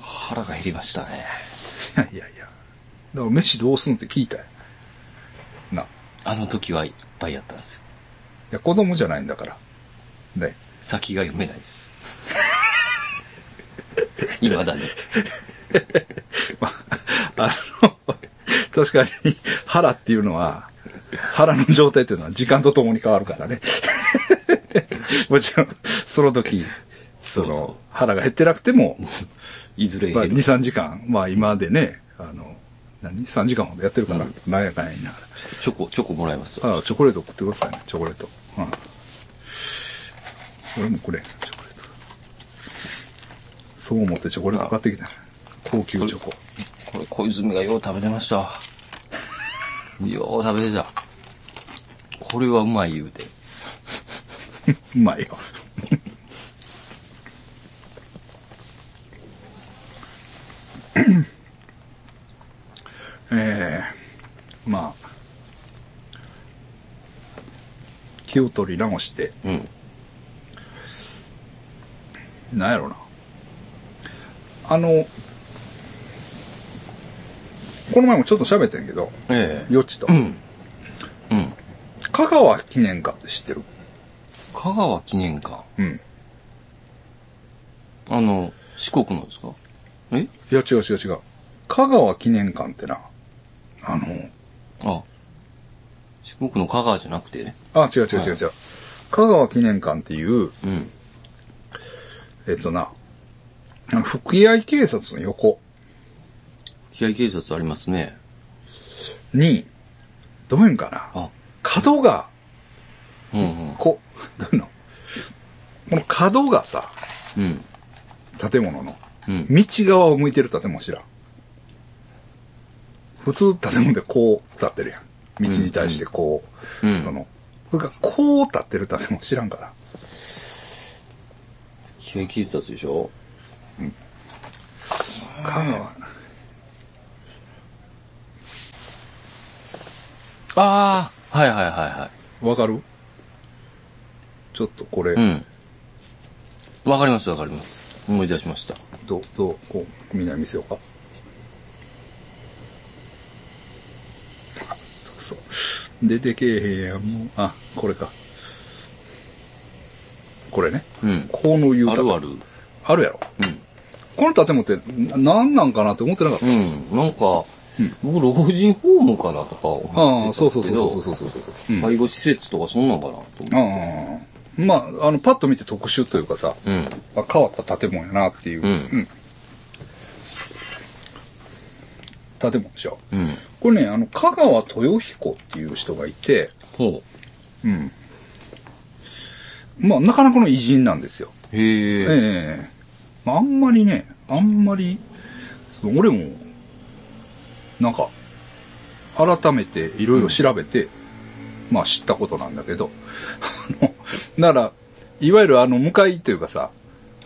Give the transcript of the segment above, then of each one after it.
腹が減りましたね。いやいやいや。だから飯どうすんって聞いたよ。な。いあの時はいっぱいやったんですよ。や、子供じゃないんだから。ね。 先が読めないです。今だに。まあ、あの、確かに腹っていうのは、腹の状態っていうのは時間とともに変わ るからね。もちろん、その時、その、そうそう腹が減ってなくても、いずれまあ、減2、る。 3時間、まあ今でね、あの、何 ?3 時間ほどやってるから、なんやかんや言いながら。チョコ、チョコもらいますよ。ああ、チョコレート送ってくださいね、チョコレート。うん。俺もこれ、チョコレート。そう思ってチョコレート買ってきた。高級チョコ。これ、小泉がよう食べてました。よう食べてた。これはうまい言うて。うまいよ。 ええまあ、気を取り直して、うん。なんやろな。あの、この前もちょっと喋ってんけど、ええよちとう。ん。うん。香川記念館って知ってる香川記念館。うん。あの、四国のですかえいや、違う違う違う。香川記念館ってな、あの、あ。四国の香川じゃなくてね。あ、違う違う違う違う。香川記念館っていう、うん。えっとな、あの福合警察の横気合警察ありますね。に、どういうんかな、あ。角が、うんうん。こ、 どういうのこの角がさ、うん。建物の、うん。道側を向いてる建物知らん。普通建物でこう立ってるやん。道に対してこう、うんうんその、それがこう立ってる建物知らんから。気合警察でしょ香川、ああはいはいはいはわかるちょっとこれ、い。うん。わかりますわかります。思い出しました。どう、どう、こう、みんなに見せようか。そう。出てけえへんやん、もう。あ、これか。これね。うん。この言うあるある。あるやろ。この建物ってな何なんかなって思ってなかった。うん。うん。なんか、僕、老人ホームかなとか思ってたんああ、ですそけどうそうそうそうそうそうそう。うん。介護施設とかそんなんかなと思って。ああ。まあ、あの、パッと見て特殊というかさ、うん。あ変わった建物やなっていう。うん建物でしょ。うん。これね、あの、香川豊彦っていう人がいて、ほうん。まあ、なかなかの偉人なんですよ。う。へえ。ええまあ、あんまりね、あんまり、その俺も、なんか、改めていろいろ調べて、まあ知ったことなんだけど、あの、なら、いわゆるあの、向かいというかさ、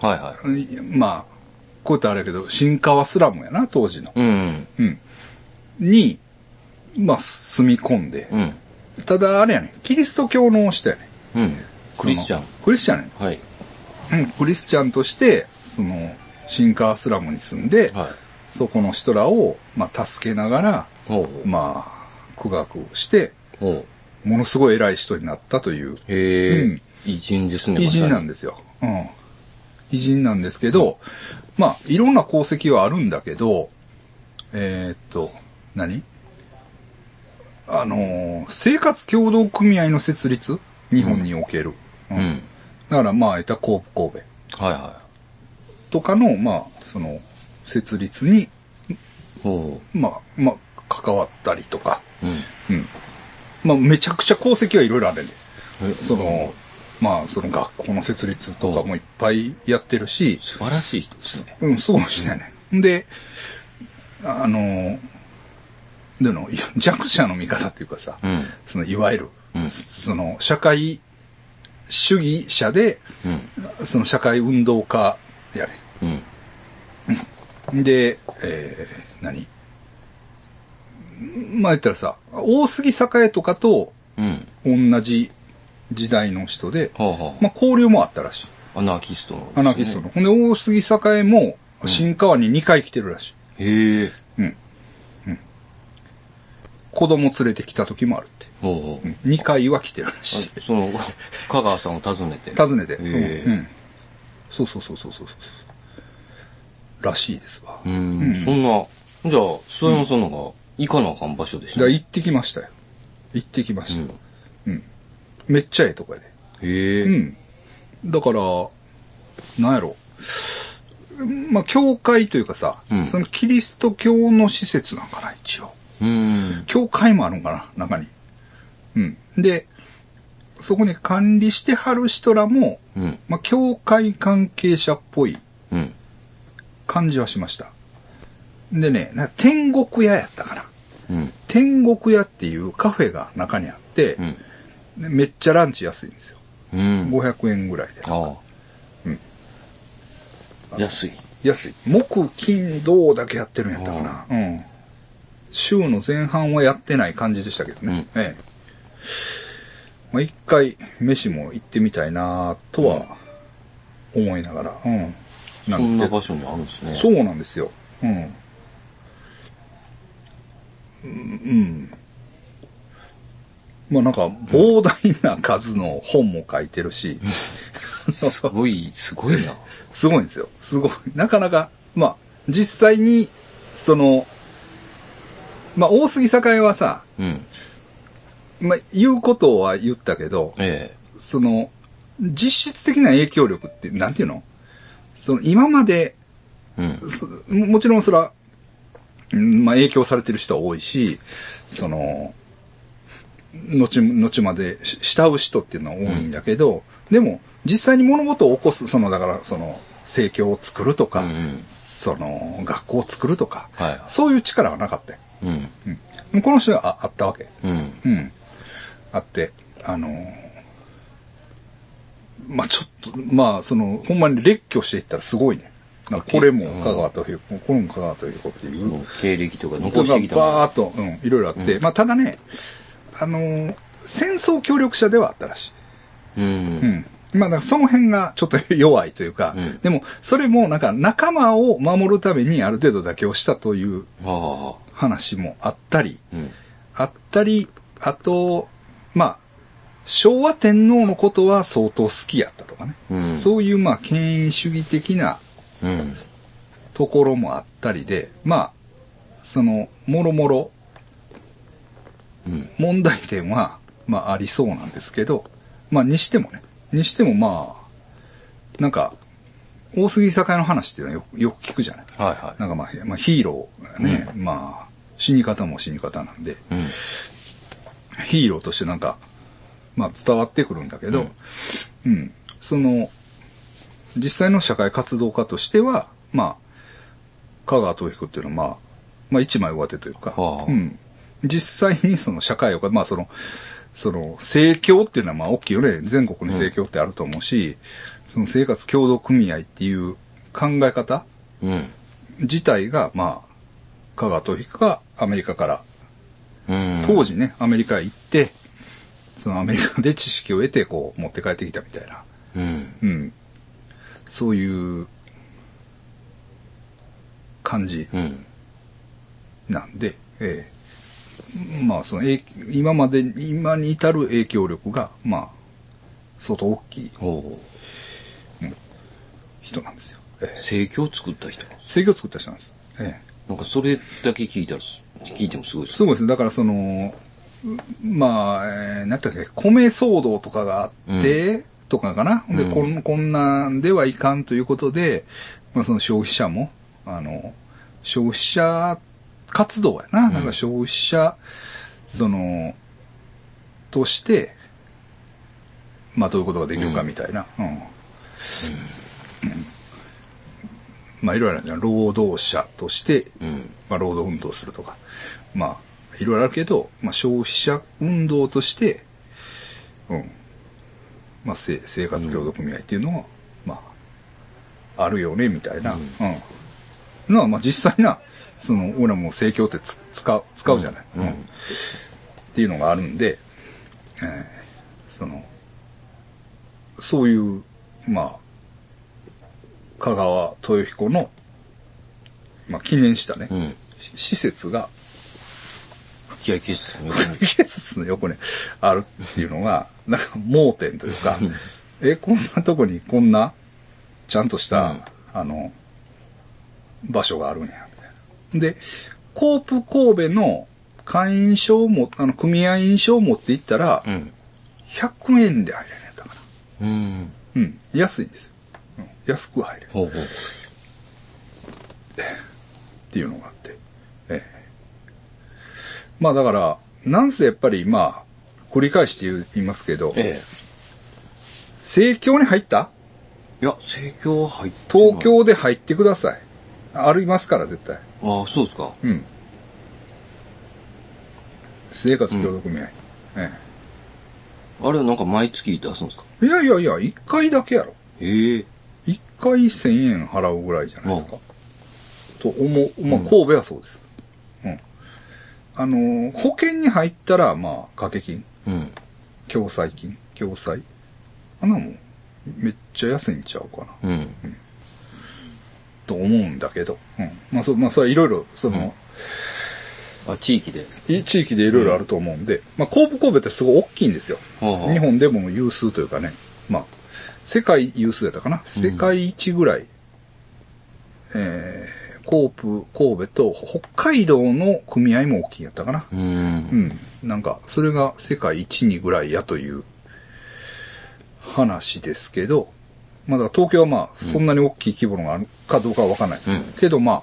はいはい。いまあ、こうやってあれやけど、新川スラムやな、当時の。うん。うん。に、まあ、住み込んでう。ん。ただ、あれやね、キリスト教の人やね。うん。そクのリスチャン。。クリスチャンやね。はい。うん、クリスチャンとして、その、新川スラムに住んで、はい。そこの人らを、まあ、助けながら、ほう。まあ、苦学をして、ほう。ものすごい偉い人になったという、へえ、うん偉人ですね。偉人なんんですよ。うん。偉人なんですけど、まあ、いろんな功績はあるんだけど、えーっと、何あのー生活協同組合の設立日本における。ううんん。だから、まあ、いた神戸神戸はいはとかの、まあ、その、設立に、い。ほまあ、まあ、関わったりとか、う。うん。うん。まあ、めちゃくちゃ功績はいろいろあるんで、えその、まあ、その学校の設立とかもいっぱいやってるし、素晴らしい人ですね。うん、そうかもしれないね。で、あの、での、いや弱者の味方っていうかさ、うん。その、いわゆる、うんその、社会主義者で、うん。その、社会運動家やね。うん。で、えー、何まあ言ったらさ、大杉栄とかとうん。同じ時代の人で、はあはあ。まあ交流もあったらしい。アナーキストの、アナーキストの。ほんで、大杉栄も、新川に2回来てるらしい。へえ。子供連れてきた時もあるって。おうおう。 2回は来てるらしい。あその、香川さんを訪ねて。訪ねて。へうん。うんそうそうそうそうそうそう。らしいですわ。え。うだかん。そんな、じゃあ、諏山さんのが行かなあかん場所でしたらね。行ってきましたよ。行ってきました。うんうん。めっちゃええとこやで。へえ。うん。だから、なんやろ。まあ、教会というかさ、うんそのキリスト教の施設なんかな、一応。うん。教会もあるんかな、中に。うん。で、そこに管理してはる人らも、うん。まあ、教会関係者っぽいうん。感じはしました。でね、な天国屋やったから。うん。天国屋っていうカフェが中にあって、うん。でめっちゃランチ安いんですよ。うん。 500円ぐらいで。ああ。うん。安い。安い。木、金、銅だけやってるんやったかな。うん。週の前半はやってない感じでしたけどね。ええ。まあ、一回、飯も行ってみたいなとは、思いながら、うん。なそんですんけなど。場所にあるんですね。そうなんですよ。うん。うんうん。まあなんか、膨大な数の本も書いてるし、すごい、すごいな。すごいんですよ。すごい。 なかなか、まあ、実際に、その、まあ、大杉栄はさ、うん。まあ、言うことは言ったけど、えその、実質的な影響力って、なんていうのその、今まで、え。うん。そももちろんそれは、うんまあ、影響されてる人は多いし、その、後、後までし慕う人っていうのは多いんだけど、でも、実際に物事を起こす、その、だから、その、政教を作るとか、うんうんその、学校を作るとか、はいそういう力はなかったよ。うん。うんこの人はああったわけ。うん。うん。あって、あのーまあ、ちょっと、まあ、その、ほんまに列挙していったらすごいね。なんかこれも香川とひこ、これも香川とひこっていう。経歴とか残こしてきれたがもんバーっと、うん、いろいろあって。まあ、ただね、あのー戦争協力者ではあったらしい。う。うんん。まあ、だからその辺がちょっと弱いというか、うんでも、それもなんか仲間を守るためにある程度妥協したというああ。話もあったり、うん。あったり、あと、まあ、昭和天皇のことは相当好きやったとかね。うん。そういう、まあ、権威主義的なうん。ところもあったりで、まあ、その、もろもろ、うん。問題点は、まあ、ありそうなんですけど、まあ、にしてもね、にしてもまあ、なんか、大杉栄の話っていうのはよくよく聞くじゃない。はいはなんかまあ、まあ、ヒーローがね、まあ、死に方も死に方なんで、い。うん。ヒーローとしてなんか、まあ伝わってくるんだけど、うん、その、実際の社会活動家としては、まあ、香川東彦っていうのはまあ、まあ一枚上手というか、はあうん。実際にその社会を、まあその、その、政教っていうのはまあ大きいよね。全国に政教ってあると思うし、その生活協同組合っていう考え方うん。自体が、まあ、香川東彦がアメリカからうん。当時ね、アメリカへ行って、そのアメリカで知識を得て、こう、持って帰ってきたみたいな。うん。うん。そういう、感じうん。なんで、ええまあ、その、えい今まで、今に至る影響力が、まあ、相当大きいほ人なんですよ。う。ええ生協作った人なんです。制御を作った人なんです。ええなんかそれだけ聞いたらす、聞いてもすごいですそうですね。だからその、まあ、えー、なんだっけ、米騒動とかがあって、とかかな。で、うんこん、こんなんではいかんということで、まあその消費者も、あの、消費者活動やな。なんか消費者、その、として、まあどういうことができるかみたいな。うん。うんまあいろいろあるじゃん。労働者として、うん。まあ、労働運動するとか、まあ、いろいろあるけど、まあ、消費者運動として、うん。まあ、せ生活協同組合っていうのは、まあ、あるよね、みたいな。うん。のは、まあ、実際な、その、俺らも政教ってつ使う、使うじゃない、うん。っていうのがあるんで、えーその、そういう、まあ、香川豊彦のまあ、記念したね、うん。し施設が、吹き合いキス。よく見る施設の横にあるっていうのが、なんか盲点というか、え、こんなとこにこんな、ちゃんとした、うんあの、場所があるんや、みたいな。で、コープ神戸の会員証をも、あの、組合員証を持って行ったら、うん。 100円で入れねえんだから。うん。うん、安いんですよ。うん安く入れるほうほう。っていうのがあって。ええまあだから、なんせやっぱり、まあ、繰り返して言う言いますけど、ええ。盛況に入ったいや、盛況は入ってない東京で入ってください。ありますから、絶対。ああ、そうですか。うん。生活協同組合。えあれはなんか毎月出すんですかえいやいやいや、一回だけやろ。ええ一回千円払うぐらいじゃないですか。と思う。まあ、うん神戸はそうです。うん。あのー保険に入ったら、まあ、掛け金、うん。共済金、共済。あんなもん、めっちゃ安いんちゃうかな。うん。と思うんだけど。うん。まあ、そう、まあ、それはいろいろ、その、あ、地域で。いい地域でいろいろあると思うんで、まあ、神戸神戸ってすごい大きいんですよ。はあ、はあ、日。本でも有数というかね、まあ、世界有数やったかな。世界一ぐらい、えー、コープ、神戸と北海道の組合も大きいやったかな。う。うんん。なんか、それが世界一にぐらいやという話ですけど、まだ東京はまあ、そんなに大きい規模のがあるかどうかはわかんないです。うんけどまあ、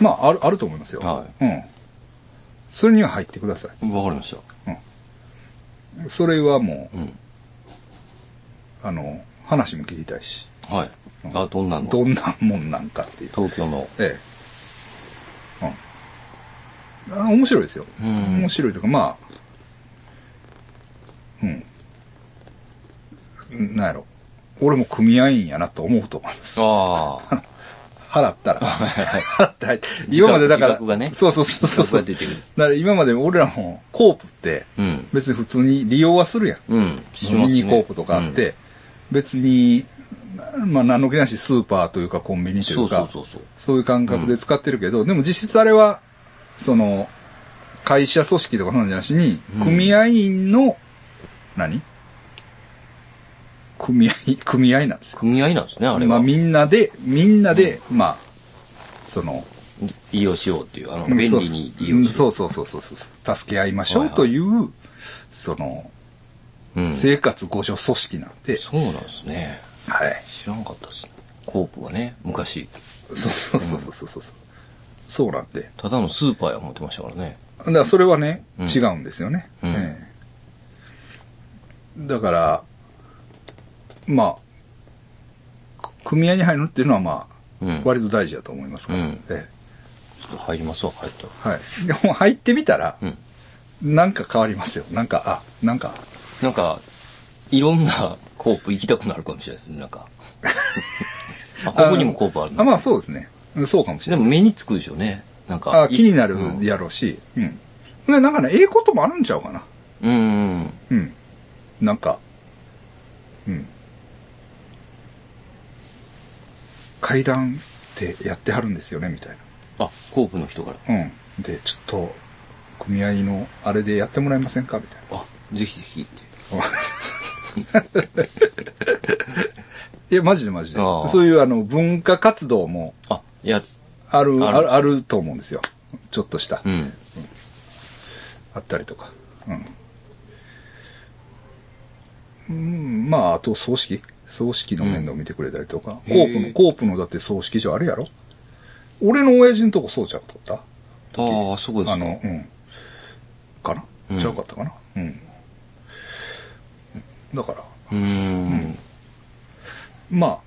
まあ、ある、あると思いますよ。はうん。それには入ってください。わかりました。それはもう、うん。あの、話も聞きたいし、はい。あ、どんなんのどんなもんなんかっていう。東京の。ええ。うん。あ面白いですよ。うん面白いというか、まあ、うん。なんやろ。俺も組合員やなと思うと思います。ああ。払ったら。払って入って。自覚今までだから、自覚がねそうそうそうそうそう。自覚が出てるだから今まで俺らもコープって、うん。別に普通に利用はするやん。うん。しまミすねニコープとかあっ、て、別に、まあ、何の気なしスーパーというかコンビうんニといそううそかう、そうそう。そういう感覚で使ってるけど、でも実質あれは、その、会社組織とかそんなんじゃなしに、うん組合員の、何組合、組合なんですよ。組合なんですね、あれまあは。みんなで、みんなで、まあ、その、利用しようっていう、あの、便利に利用しそようそうそうそうそうそう。助け合いましょはいうはいという、その、う。うん。そ生活互助組織なんで、うなんですね。はい。知らんかったですね。コープはね、昔、そうそうそうそうそうそう。そうなんで。ただのスーパーや思ってましたからね。だからそれはね、うん違うんですよね。うんええだから、まあ、く組合に入るっていうのはまうあん、。割と大事だと思いますから。うんええちょっと入りますわ、帰ったら。はい。でも入ってみたらう、ん。なんか変わりますよ。なんか、あ、なんか、なんか、いろんな コープ行きたくなるかもしれないですね、なん か。あ、ここにもコープあるあ、のまあそうですね。そうかもしでれない。も目につくでしょうね。なんか。あ気になるうん。やろうし、うん。でなんかね、ええこともあるんちゃうかな。うん。うん。なんか、うん。階段ってやってはるんですよね、みたいあ、コープの人から。な。うん。で、ちょっと、組合のあれでやってもらえませんかみたいあ、ぜひぜひって。な。いや、マジでマジで。ああそういうあの、文化活動もあ、いや、ある、あるある、あると思うんですよ。ちょっとした。うん。あったりとか。うん。うん、まあ、あと、葬式葬式の面倒を見てくれたりとか。うんコーへプえの、コープのだって葬式場あれやろ俺の親父のとこそうちゃうとったああ、そこですあか。の、うん。かな、うんちゃうかったかなうん。だから、うーん。ま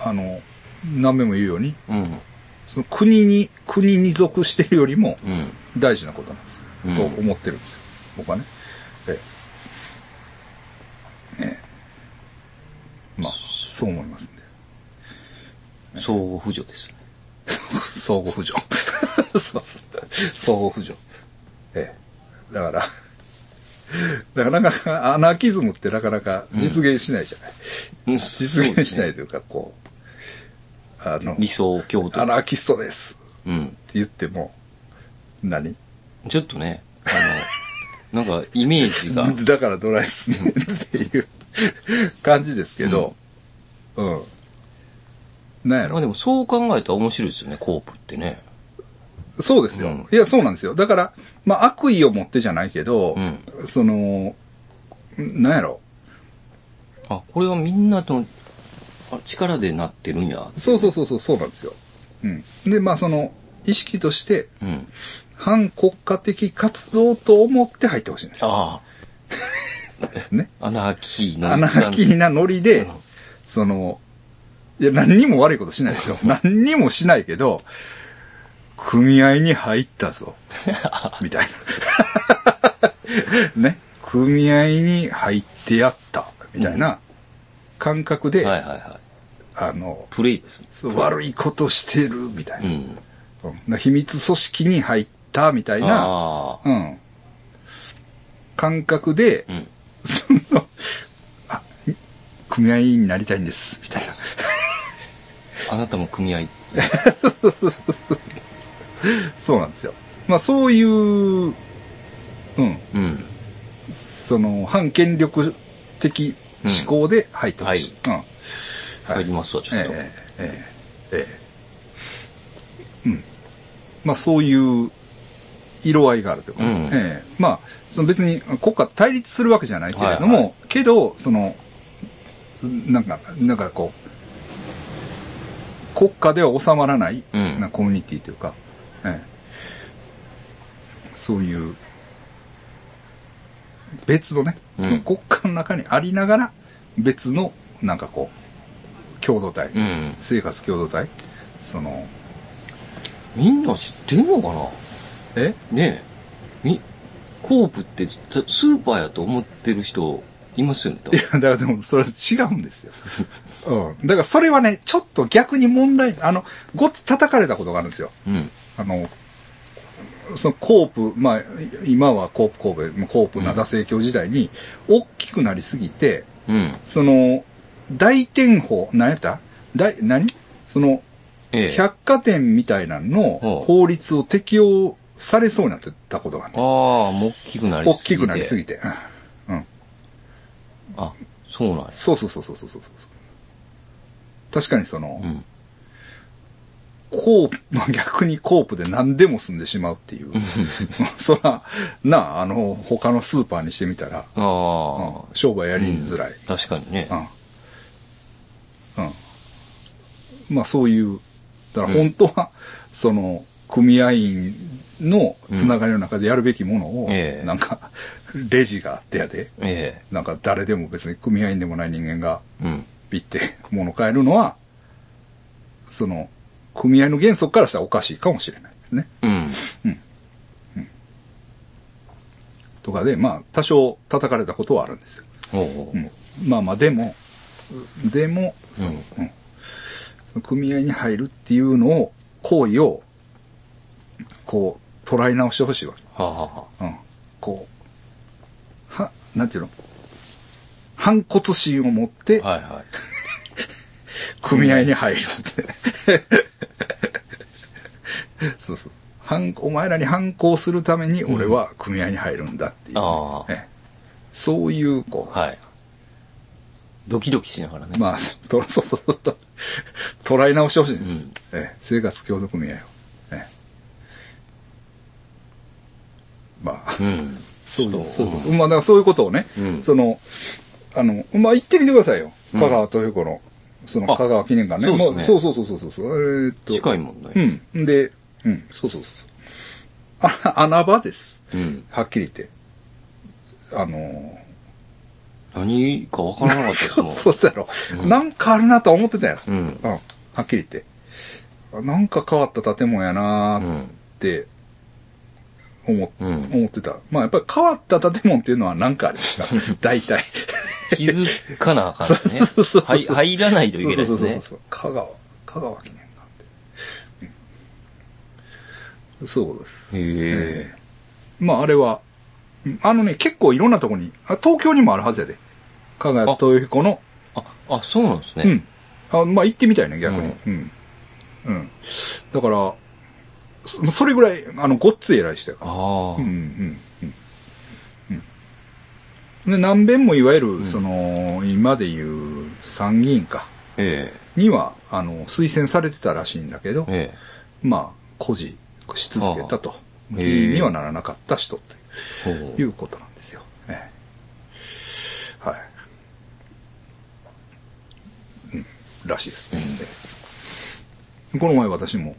あ、あの、何べも言うように、うん。その国に、国に属してるよりも、うん。大事なことなんです、うんと思ってるんですよ僕はねええええまあそう思いますんで相互扶助ですね。相互扶助 そうそう相互扶助ええだからだからなかなかアナーキズムってなかなか実現しないじゃない、うん、実そうで現しすなねいというかこうあの、理想郷とア。ナーキストですうん。って言っても、何ちょっとね、あの、 なんかイメージが、だからドライですねっていう感じですけど、うん。なんやまあろ。でもそう考えたら面白いですよね、コープってね。そうですよ、うんいや、そうなんですよ。だから、まあ、悪意を持ってじゃないけど、うんその、なんやろ。あ、これはみんなとのあ力でなってるんや。そうそうそうそう、そうなんですよ。うん。で、まあ、その、意識として、うん。反国家的活動と思って入ってほしいんですよ。あ ね。あ、アナーキーの。アナーキなんーなノリでうん、その、いや、何にも悪いことしないですよ。何にもしないけど、組合に入った ぞ。みたいな。 ね。組合に入ってやった。みたいな感覚で、はいはいはい。あの、プレイです。そう悪いことしてる、みたいうな。うんん。秘密組織に入った、みたいな、ああ。うん。感覚で、うん。 その、あ、組合員になりたいんです、みたいな。あなたも組合。そうなんですよ。まあそういう、うん、うん。その、反権力的思考で入ってほしい。うん。入りますわ、ちょっと。ええええええうん。まあそういう色合いがあるというか、うんええまあ、その別に国家対立するわけじゃないけれども、はいけど、その、なんか、なんかこう、国家では収まらない、うんなコミュニティというか、ええそういう、別のね、うんその国家の中にありながら、別の、なんかこう、共同体、うん。生活共同体その、みんな知ってんのかなえ ねえ。み、コープってスーパーやと思ってる人いますよね、多い分や、だからでも、それは違うんで すよ。うん。だからそれはね、ちょっと逆に問題、あの、ごっつ叩かれたことがあるんですよ。うん。あの、そのコープ、まあ、い今はコープ神戸まあ、コープ灘生協時代に、大きくなりすぎて、うん。その、大天法、何やった大、何その、ええ。百貨店みたいなののほう法律を適用されそうになってたことがあるああ、もう大きくなり大すぎきて。くなりすぎて。うん。うんあ、そうなんです。そうそうそうそうそうそうそう。確かにその、うん。コープ、 まあ、逆にコープで何でも済んでしまうっていう。 そら、なあ、あの、他のスーパーにしてみたら、ああ、うん商売やりづらい。確かにね。うん。うん。まあそういう、だから本当は、その、組合員のつながりの中でやるべきものを、うんええなんか、レジがあってやで、えなんか誰でも別に組合員でもない人間が、え。うん。ビって物変えるのは、その、組合の原則からしたらおかしいかもしれないですね。うん。とかで、まあ、多少叩かれたことはあるんですよ。おうおううん、まあまあ、でも、うでも、うんうんその組合に入るっていうのを、行為を、こう、捉え直してほしいわけ。はあ、はあはうん。こう、は、なんていうの反骨心を持って、あ、はいはい。組合 に入るって。そうそう。反お前らに反抗するために俺は組合に入るんだっていう。ああええそういう、こう、はい。ドキドキしながらね。まあ、とそうそうそうそう、捉え直してほしいんでうす。んええ生活協同組合を。ええまあ、うん。そうちょっいうとそういうことまあ、だからそういうことをね、うんその、あの、まあ、言ってみてくださいよ。香川豊子の、そのあ香川記念館ね。そうですねまあそうそうそうそうそう。えーっと。近いもんね。うん。で、うん、そうそうそうそう。あ、穴場です。うん。はっきり言って。あのー何かわからなかったですもん。 そうしたやろ、なんかあるなとは思ってたやろ。ううんん。はっきり言って。あなんか変わった建物やなうーっん。て思,、うん思ってた。まあやっぱり変わった建物っていうのはなんかある んですか大体。気づかなあかんね。そうそうそうはい入らないといけないそうでそうすそうね。そう。香川、香川記念館って。うん、そうです。へえ。まああれは、うんあのね、結構いろんなとこに、あ東京にもあるはずやで。加賀谷豊彦の、あ、あ、そうなんですうね。ん。あまあ行ってみたいね、逆に。うん。うん。だから、そそれぐらい、あの、ごっつい偉い人やから。ああ、うんうんうんうん。で、南弁もいわゆる、その、今でいう参議院か、えには、あの、推薦されてたらしいんだけどえ、えまあ、孤児し続けたと。ああ議員へえにはならなかった人え。ほとういうことなんですよ。ええはい。うん、らしいですね。でこの前私も、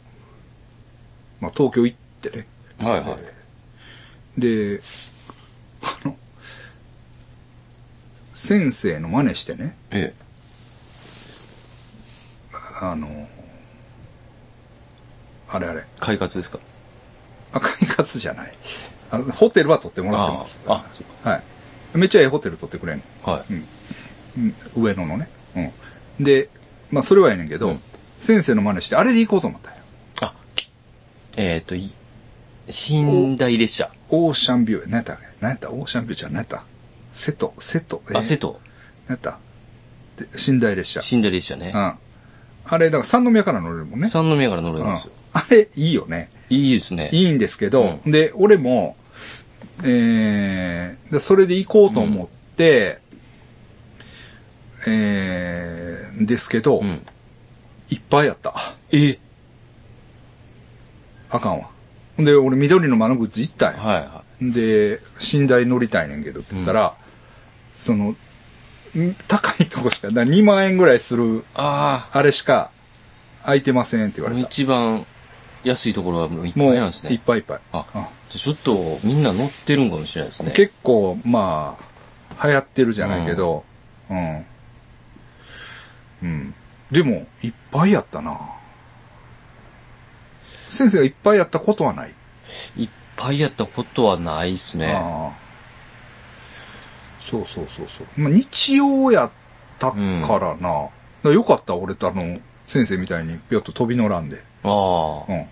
まあ、東京行ってね、はいはい。で、あの、先生の真似してね、えあの、あれあれえ、。快活ですか赤いカツじゃない。あのホテルは取ってもらってます。ああそっはい。めっちゃええホテル取ってくれんの。はい。うん上野のね。うん。で、まあそれはええねんけど、うん先生の真似して、あれで行こうと思ったんよ。あ、えっ、と、い寝台列車。オーシャンビュー、何やったっけ何やったオーシャンビューじゃん、何やった瀬戸、瀬戸、えーあ、瀬戸。何やったで寝台列車。寝台列車ねう。ん。あれ、だから三宮から乗れるもんね。三宮から乗れうるんんですよ。あれ、いいよね。いいですね。いいんですけど、うで、俺も、えー、でそれで行こうと思って、えー、ですけど、うん。いっぱいやった。えあかんわ。ほんで、俺、緑の窓口行ったんや。はいはで、寝台乗りたいねんけどって言ったら、その、ん高いとこしか、だ2万円ぐらいする、い。ああれしか、空いてませんってあ、言わもれうた。一番安いところはもういっぱいもう、なんですいっね。ぱいいっぱい。あうじんゃあちょっとみんな乗ってるんかもしれないですね。結構、まあ、流行ってるじゃないけど、うん。うん。でも、いっぱいやったな。先生がいっぱいやったことはない。いっぱいやったことはないですね。ああそうそうそうそう。まあ、日曜やったからな。だからよかった、俺とあの、先生みたいに、ぴょっと飛び乗らんで。あうん。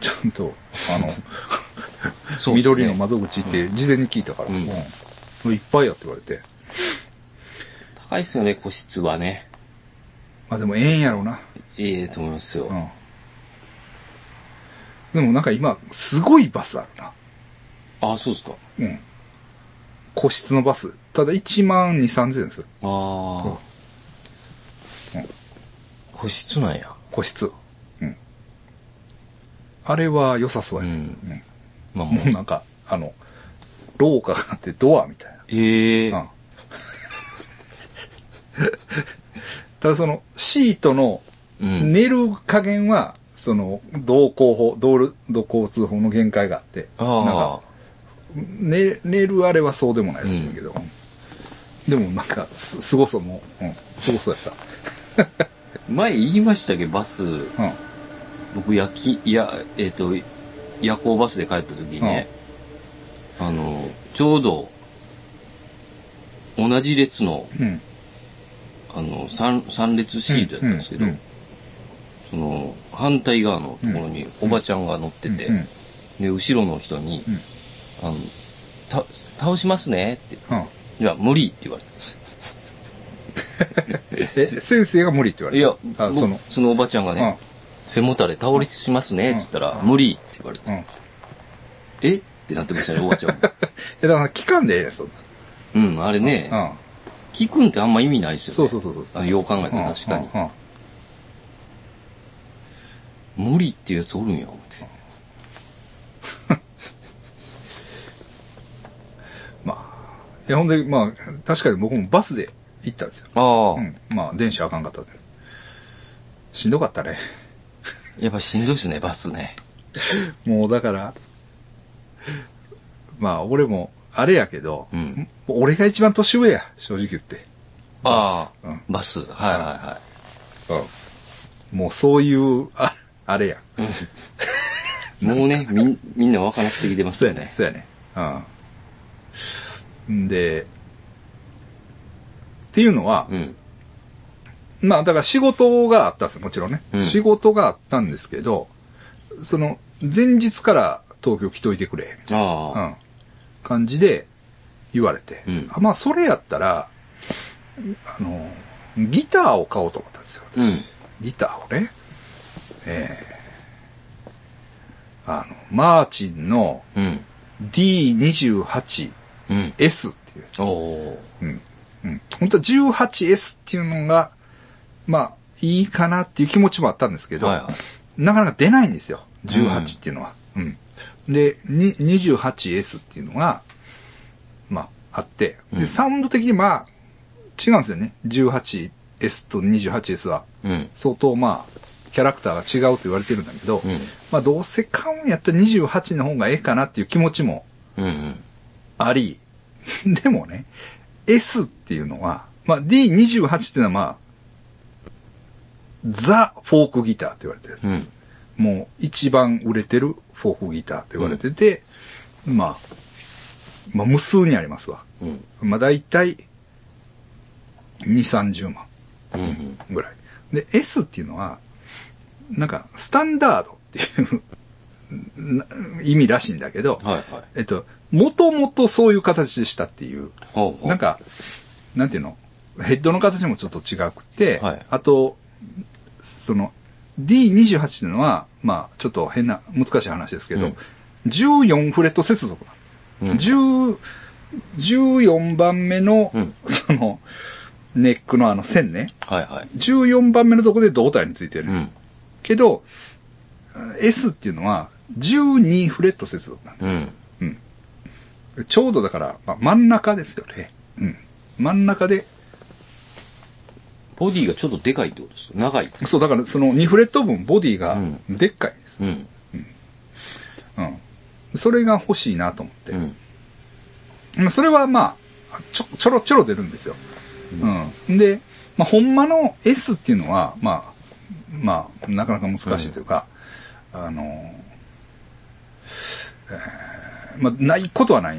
ちゃんと、あの、あ、そうですね緑の窓口って事前に聞いたから、うんうんいっぱいやって言われて。高いですよね、個室はね。まあでもええんやろうな。ええと思いますよう。ん。でもなんか今、すごいバスあるな。ああ、そうですか。うん。個室のバス。ただ1万2、3000円する。ああうん。個室なんや。個室。うん。あれは良さそううや。ん。まあももうう。なんか、あの、廊下があってドアみたいええな。うん。ただその、シートのうん。寝る加減は、その、道交法、道路道交通法の限界があって、なんかああ。寝寝るあれはそうでもないらしいんだけど、でもなんかすすごそうもう、うん、すごそうやっ前言いましたっけ、バス。た、うん、僕、夜き、いや、えっ、と、夜行バスで帰った時にね、あの、ちょうど、同じ列の、うんあの、三、三列シートやったんですけど、うんうんその、反対側のところにおばちゃんが乗ってて、うんうんで、後ろの人に、うんあの、た、倒しますねって、うんいや、無理って言われたんです。え先生が無理って言われいたや、あ僕その、そのおばちゃんがね、背もたれ倒れしますねって言ったら、無理って言われて、うんうん、ええってなってましたね、おばちゃんも。だから期間でええやんそんうん、あれね、な、うん、聞くんってあんま意味ないですよね。そうそうそうそうあよう考えたら確かに。無理っていうやつおるんや、思って。まあいやほんでまあ確かに僕もバスで行ったんですよ、ああ、うん、まあ電車あかんかったんでしんどかったね やっぱしんどいですね、バスね。もうだから、まあ俺も、あれやけど、うんもう俺が一番年上や、正直言って。ああ、うんバス。はいはもうそういう、ああれや。いはい。もうね、みん、みんな分からなくてきてますそうよやね、ね。そうやね。うん。んで、っていうのはう、ん。まあだから仕事があったんですよ、もちろんね。うん仕事があったんですけど、その、前日から東京来といてくれ、みたいなあうあ、ん、感じで言われて、うんあまあそれやったらあのギターを買おうと思ったんですようん。ギターをね、えあの、マーチンのうん。 D28S うん。っていうやつ。おおうん。うん。本当は 18S っていうのが、まあ、いいかなっていう気持ちもあったんですけー。ど、はいはい。なかなか出ないんですよ。18っていうのは。うん。で、に 28S っていうのが、まあ、あって。うで、んサウンド的にまあ、違うんですよね。18S と 28S は。うん。相当まあ、キャラクターが違うと言われてるんだけど、うんまあ、どうせ買うんやったら28の方がええかなっていう気持ちもうんうん。あり、 でもね、S っていうのは、まあ、D28 っていうのはまあ、ザ・フォークギターって言われてるやつです。もう一番売れてるフォークギターって言われてて、まあ、まあ無数にありますわ。うん。まあ大体、2、30万うんうん。ぐらい。で、S っていうのは、なんか、スタンダードっていうな意味らしいんだけど、はいはい。えっと、もともとそういう形でしたっていう。ほうほう。なんか、なんていうのヘッドの形もちょっと違くて、はいあと、その、D28 っていうのは、まあ、ちょっと変な、難しい話ですけど、うん14フレット接続なんです。うん、 10 14番目の、うんその、ネックのあの線ね。はいはい。 14番目のとこで胴体についてる。うん。けど、S っていうのは12フレット接続なんです。うん。ちょうどだから、まあ、真ん中ですよね。うん。真ん中で、ボディがちょっとでかいってことですよ。長い。そう、だからその2フレット分、ボディがうんでっかいです。うん。うん。それが欲しいなと思ってう。ん。まあそれはまあ、ちょ、ちょろちょろ出るんですよ。うん。で、まあ、ほんまの S っていうのは、まあ、まあ、なかなか難しいというか、あの、えーまあ、ないことはない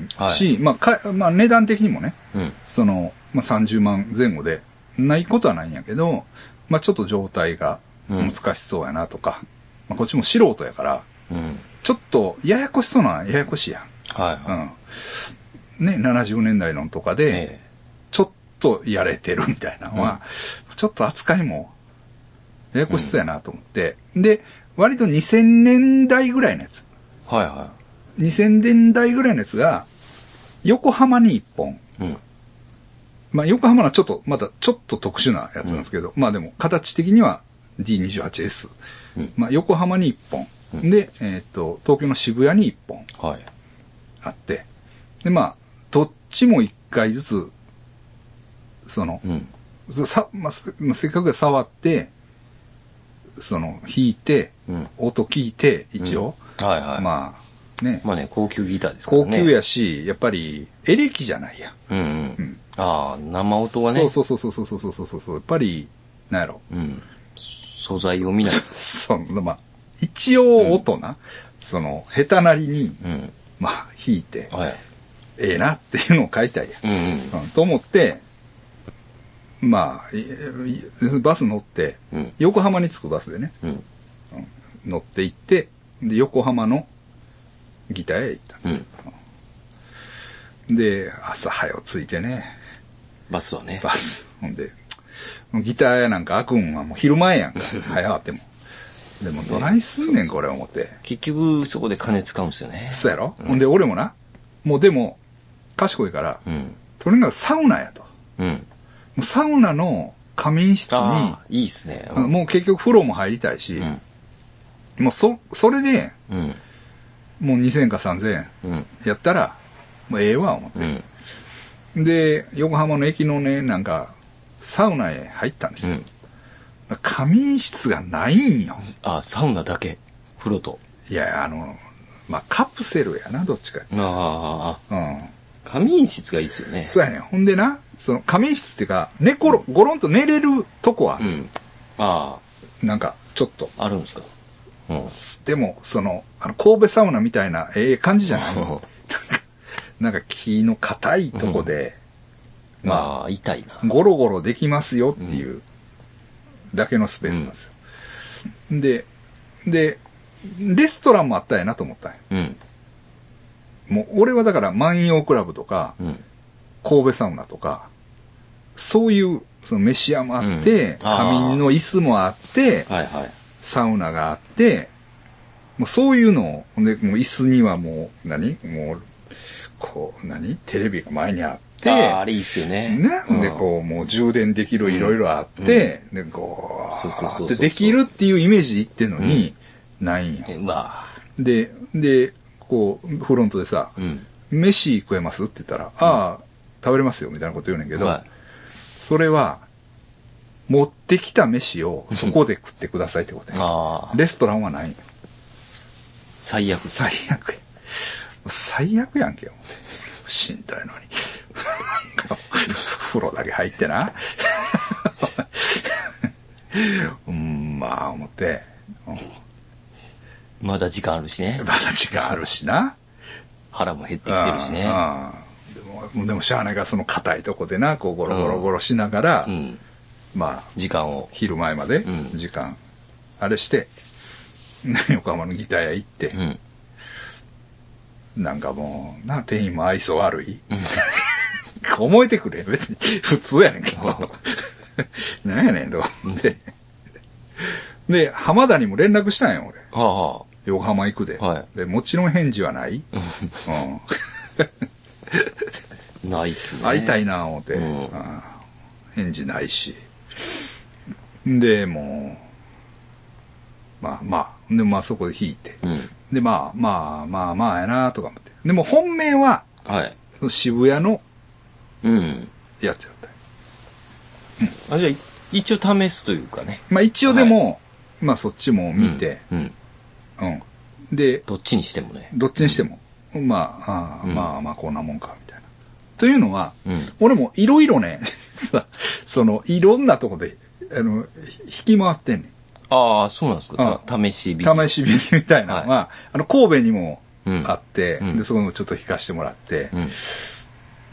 はし、いまあ、か、まあ、値段的にもね、うん。その、まあ、30万前後で、ないことはないんやけど、まあ、ちょっと状態が難しそうやなとか、まあ、こっちも素人やから、うん。ちょっとややこしそうなややこしいやん。はいはうん。ね、70年代のとかい。で、えちょっとやれてるみたいなのは、ちょっと扱いも、ややこしそうやなと思って、で、割と2000年代ぐらいのやつ、えはいは2000年代ぐらいのやつが、横浜に1本、い。うん。まあ、横浜のはちょっと、まだちょっと特殊なやつなんですけど、まあでも、形的には D28S。うんまあ、横浜に1本。で、えーっと、東京の渋谷に1本はい。あって。で、まあ、どっちも1回ずつ、そのう、ん。そさまあすまあ、せっかくだから触って、その、弾いて、うん。音聞いて、一応、はいはい。まあ、まあ、ね、ね、高級ギターですから高ね。級。やし、やっぱり、エレキじゃないやん。うんうん。ああ、生音はね。そうそうそうそうそうそうそうそう。やっぱり、なんやろ。う。うん。素材を見ない。その、まあ、一応音な、その、下手なりに、うん。まあ、弾いて、はい。ええなっていうのを書いたいやうんうん。ん。うん、と思って、まあいい、バス乗って、うん。横浜に着くバスでね、うん。乗って行って、で、横浜のギター屋へ行ったんです。で、朝早ついてね、バスはね。バス。ほんで、もうギター屋なんか悪運はもう昼前やんか。早あっても。でも、どないすんねん、これ思って。結局、そこで金使うんですよね。そうやろ、ほんで、俺もな。もうでも、賢いから、うん。とにかくサウナやと。もうん。うサウナの仮眠室にああ、、いいっすね。あのもう結局風呂も入りたいし、うん。もうそ、それで、うん。もう2000か3000円うん。やったら、もうええわ、思ってう。ん。で、横浜の駅のね、なんか、サウナへ入ったんですうよ。ん。仮眠室がないんよ。ああ、サウナだけ。風呂と。いや、あの、まあ、カプセルやな、どっちか。ああ、うん。仮眠室がいいっすよね。そうやねん。ほんでな、その仮眠室っていうか、寝転、ごろんと寝れるとこはう、ん。あなんか、ちょっと。あ、あるんですか。うん。でも、その、あの、神戸サウナみたいな、ええ感じじゃないうんなんか木の硬いとこで、ままあ、痛いな。あ、ゴロゴロできますよっていう、だけのスペースなんですよ。で、で、レストランもあったんやなと思ったんやうん。もう、俺はだから、万葉クラブとか、うん。神戸サウナとか、そういう、その飯屋もあって、うんあー仮眠の椅子もあって、はいはい。サウナがあって、もうそういうのを、ほんで、もう椅子にはもう、何もう、こう、何テレビが前にあって、ああ、あれいいっすよね。ね、うんで、こう、もう充電できるいろいろあって、で、こそうそうそうそう、で、うできるっていうイメージで言ってんのに、ないんよ。えうわで、で、こう、フロントでさ、うん。飯食えますって言ったら、ああ、食べれますよ、みたいなこと言うねんけど、はいそれは、持ってきた飯をそこで食ってくださいってことや。ああ、レストランはないんよ最悪っす最悪や。最悪やんけよ。しんどいのに。風呂だけ入ってな。うん、まあ思って、うんまだ時間あるしねま。だ時間あるしな。腹も減ってきてるしね。うんうんでも、でもしゃあないからその硬いとこでな、こうゴロゴロゴロしながら、うん。まあ、時間を。昼前までうん時間、あれして、横浜のギター屋行ってう、ん。なんかもう、な、店員も愛想悪い。思えてくれ。別に、普通やねん けど。なんやねん、と思って。で、浜田にも連絡したんよ、俺。はあ、は横浜行くで。はで、もちろん返事はない。うん。あ、 ないっすね。会いたい。いな、思って、うんうん返事ないし。で、もう、まあまあ、で、まあそこで引いて。うん。で、まあまあまあまあやな、とか思って。でも本命は、はい。その渋谷のうん。やつやったんよあ、じゃあ、い一応試すというかね。まあ一応でも、まあそっちも見て、うん。うん。うん。で、どっちにしてもね。どっちにしても、まあ、ああうんまあまあこんなもんか、みたいな。というのは、うん。俺もいろいろね、 さ、その、いろんなとこで、あの、引き回ってんねん。ああ、そうなんですか。た試し日。試しビみたいなのは、あの、神戸にもあって、うんで、そこもちょっと引かしてもらって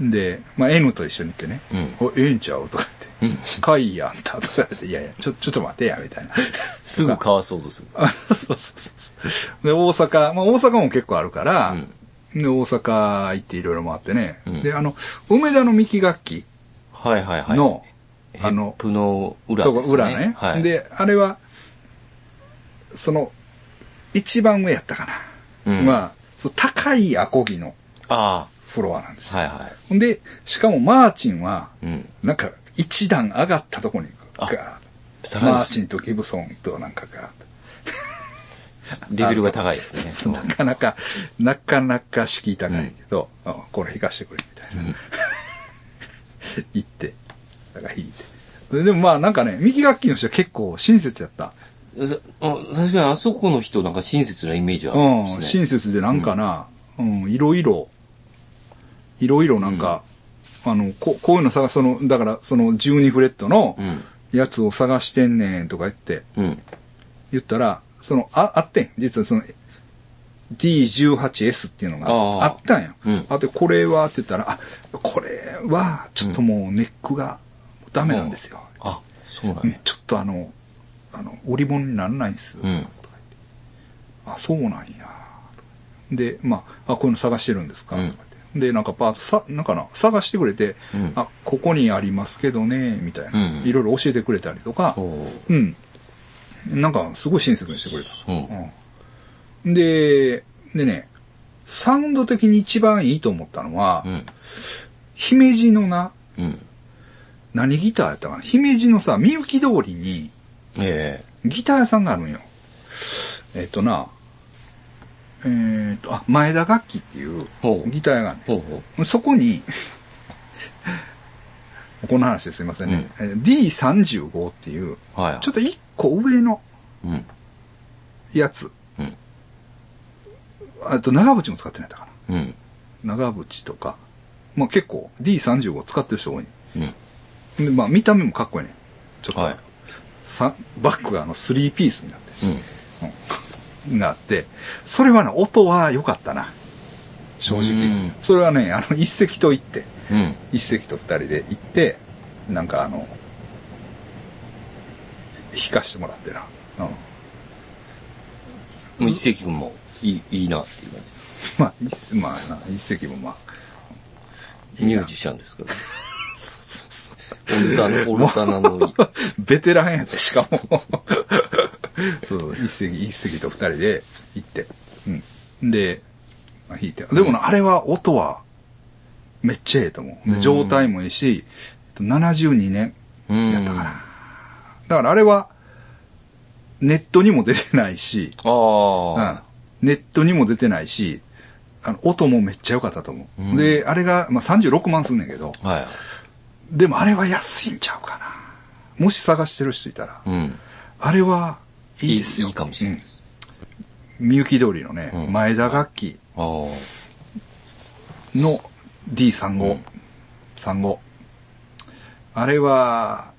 う、ん。で、まあ N と一緒に行ってね、うん。お、ええんちゃうとか言って、かいやんた、とか言って、いやいや、ちょ、ちょっと待てや、みたいな。すぐかわそうとする。あ そうそうそうそう。で、大阪、まあ大阪も結構あるから、うんで、大阪行っていろいろ回ってね、うんで、あの、梅田の三木楽器はいはいはい。の、ああのの、プの裏とでこ、すね。裏ね、はい。、で、あれは、その、一番上やったかうな。ん、まあ、そう高いアコギのあフロアなんですあ、よ。はいはほんで、しかもマーチンは、い。うん。なんか、一段上がったとこにガあーッさマらーにチンとギブソンとなんかが、レベルが高い ですねな。かなか、なかなか敷居高いけど、あこれ引かしてくれ、みたいな。 行って、だから引いて。でもまあなんかね、右楽器の人は結構親切やった。うんさあ確かにあそこの人なんか親切なイメージあるうんん、ですね。親切でなんかな、うん、いろいろ、いろいろなんか、あの、ここういうの探す、その、だからその12フレットのうん。やつを探してんねんとか言って、うん。言ったら、その、あ、あってん。実はその、D18S っていうのがああああったんや。うんあと、これはって言ったら、あ、これは、ちょっともうネックがダメなんですよ。あ、そうだうんね。ちょっとあの、あの、折り物にならないんでうす。んとか言ってあ、そうなんや。で、まあ、あ、こういうの探してるんですか、うんとか言ってで、なんかパート、さ、なんかな、探してくれて、うんあ、ここにありますけどね、みたいな。うんいろいろ教えてくれたりとか、そう。うん。なんか、すごい親切にしてくれた。うん。うんで、でね、サウンド的に一番いいと思ったのは、うん。姫路のな、うん。何ギターやったかな姫路のさ、みゆき通りにえギター屋さんがあるんよ。えっ、とな、えっ、と、あ、前田楽器っていうほうギター屋があるえほうほう。ねそこに、 この話ですいませんね、えー D35 っていう、はい。ちょっと一個上のうん。やつ。うん。あと、長渕も使ってないだかうん。な。長渕とか。まあ結構 D35 使ってる人多い、うん。ね。で、まあ見た目もかっこいいね。ちょっと、はいさバックがあの3ピースになってうん。うんがあって、それはね、音は良かったな。正うん直。それはね、あの、一石と行って、うん。一石と二人で行って、なんかあの、弾かしてもらってな。うん。もう一石君もいい、いいなっていう感まあ、一、まあな、一石もまあ、じ。ミュージシャンですから。 そうそうそう。オルタナ、オルタナのいい。ベテランやで、しかも。そう、一席、一席と二人で行って。うん。で、まあ、弾いて。でもな、あれは音は、めっちゃええと思う。で、状態もいいし、72年うん。 やったかな。だからあれは、ネットにも出てないし、うんああ。ネットにも出てないし、あの、音もめっちゃ良かったと思う。うんで、あれが、まあ、36万すんねんけど、はい。でもあれは安いんちゃうかな。もし探してる人いたら、うん。あれは、いいですよ。いいかもしれないです。うん。みゆき通りのね、うん前田楽器ああ。の D35、うん35。あれは、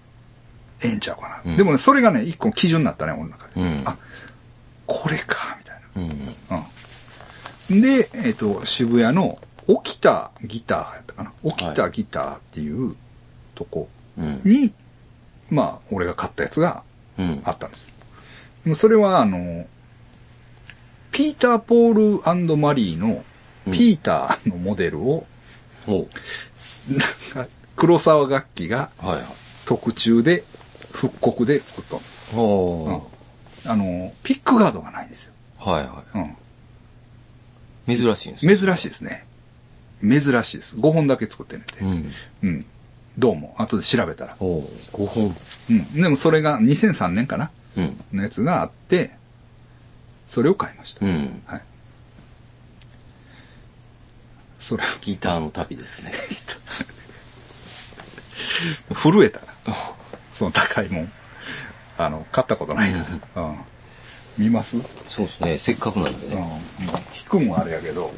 ええんちゃうかな。うんでもね、それがね、一個基準になったね、俺の中で。うん。あこれか、みたいうん。な。うん。で、えっ、と、渋谷の、起きたギターやったかな。起きたギターっていうとこうん。に、まあ、俺が買ったやつがうん。あったんです。でもそれは、あの、ピーター・ポールマリーの、うんピーターのモデルを、おうなんか、黒沢楽器がはい。特注で、復刻で作ったのおおあの、ピックガードがないんですよ。ー。はいはうん。い。珍しいんですね。珍しいですね。珍しいです。5本だけ作ってねてう。ん。うん。どうも。後で調べたら。おお。5本。うん。でもそれが2003年かなうん。のやつがあって、それを買いました。うん。はい。それをギターの旅ですね。震えたな。その高いもん。あの、買ったことないから。うん。見ますうん。 そうですね。せっかくなんでうんね。弾くもんあれやけど、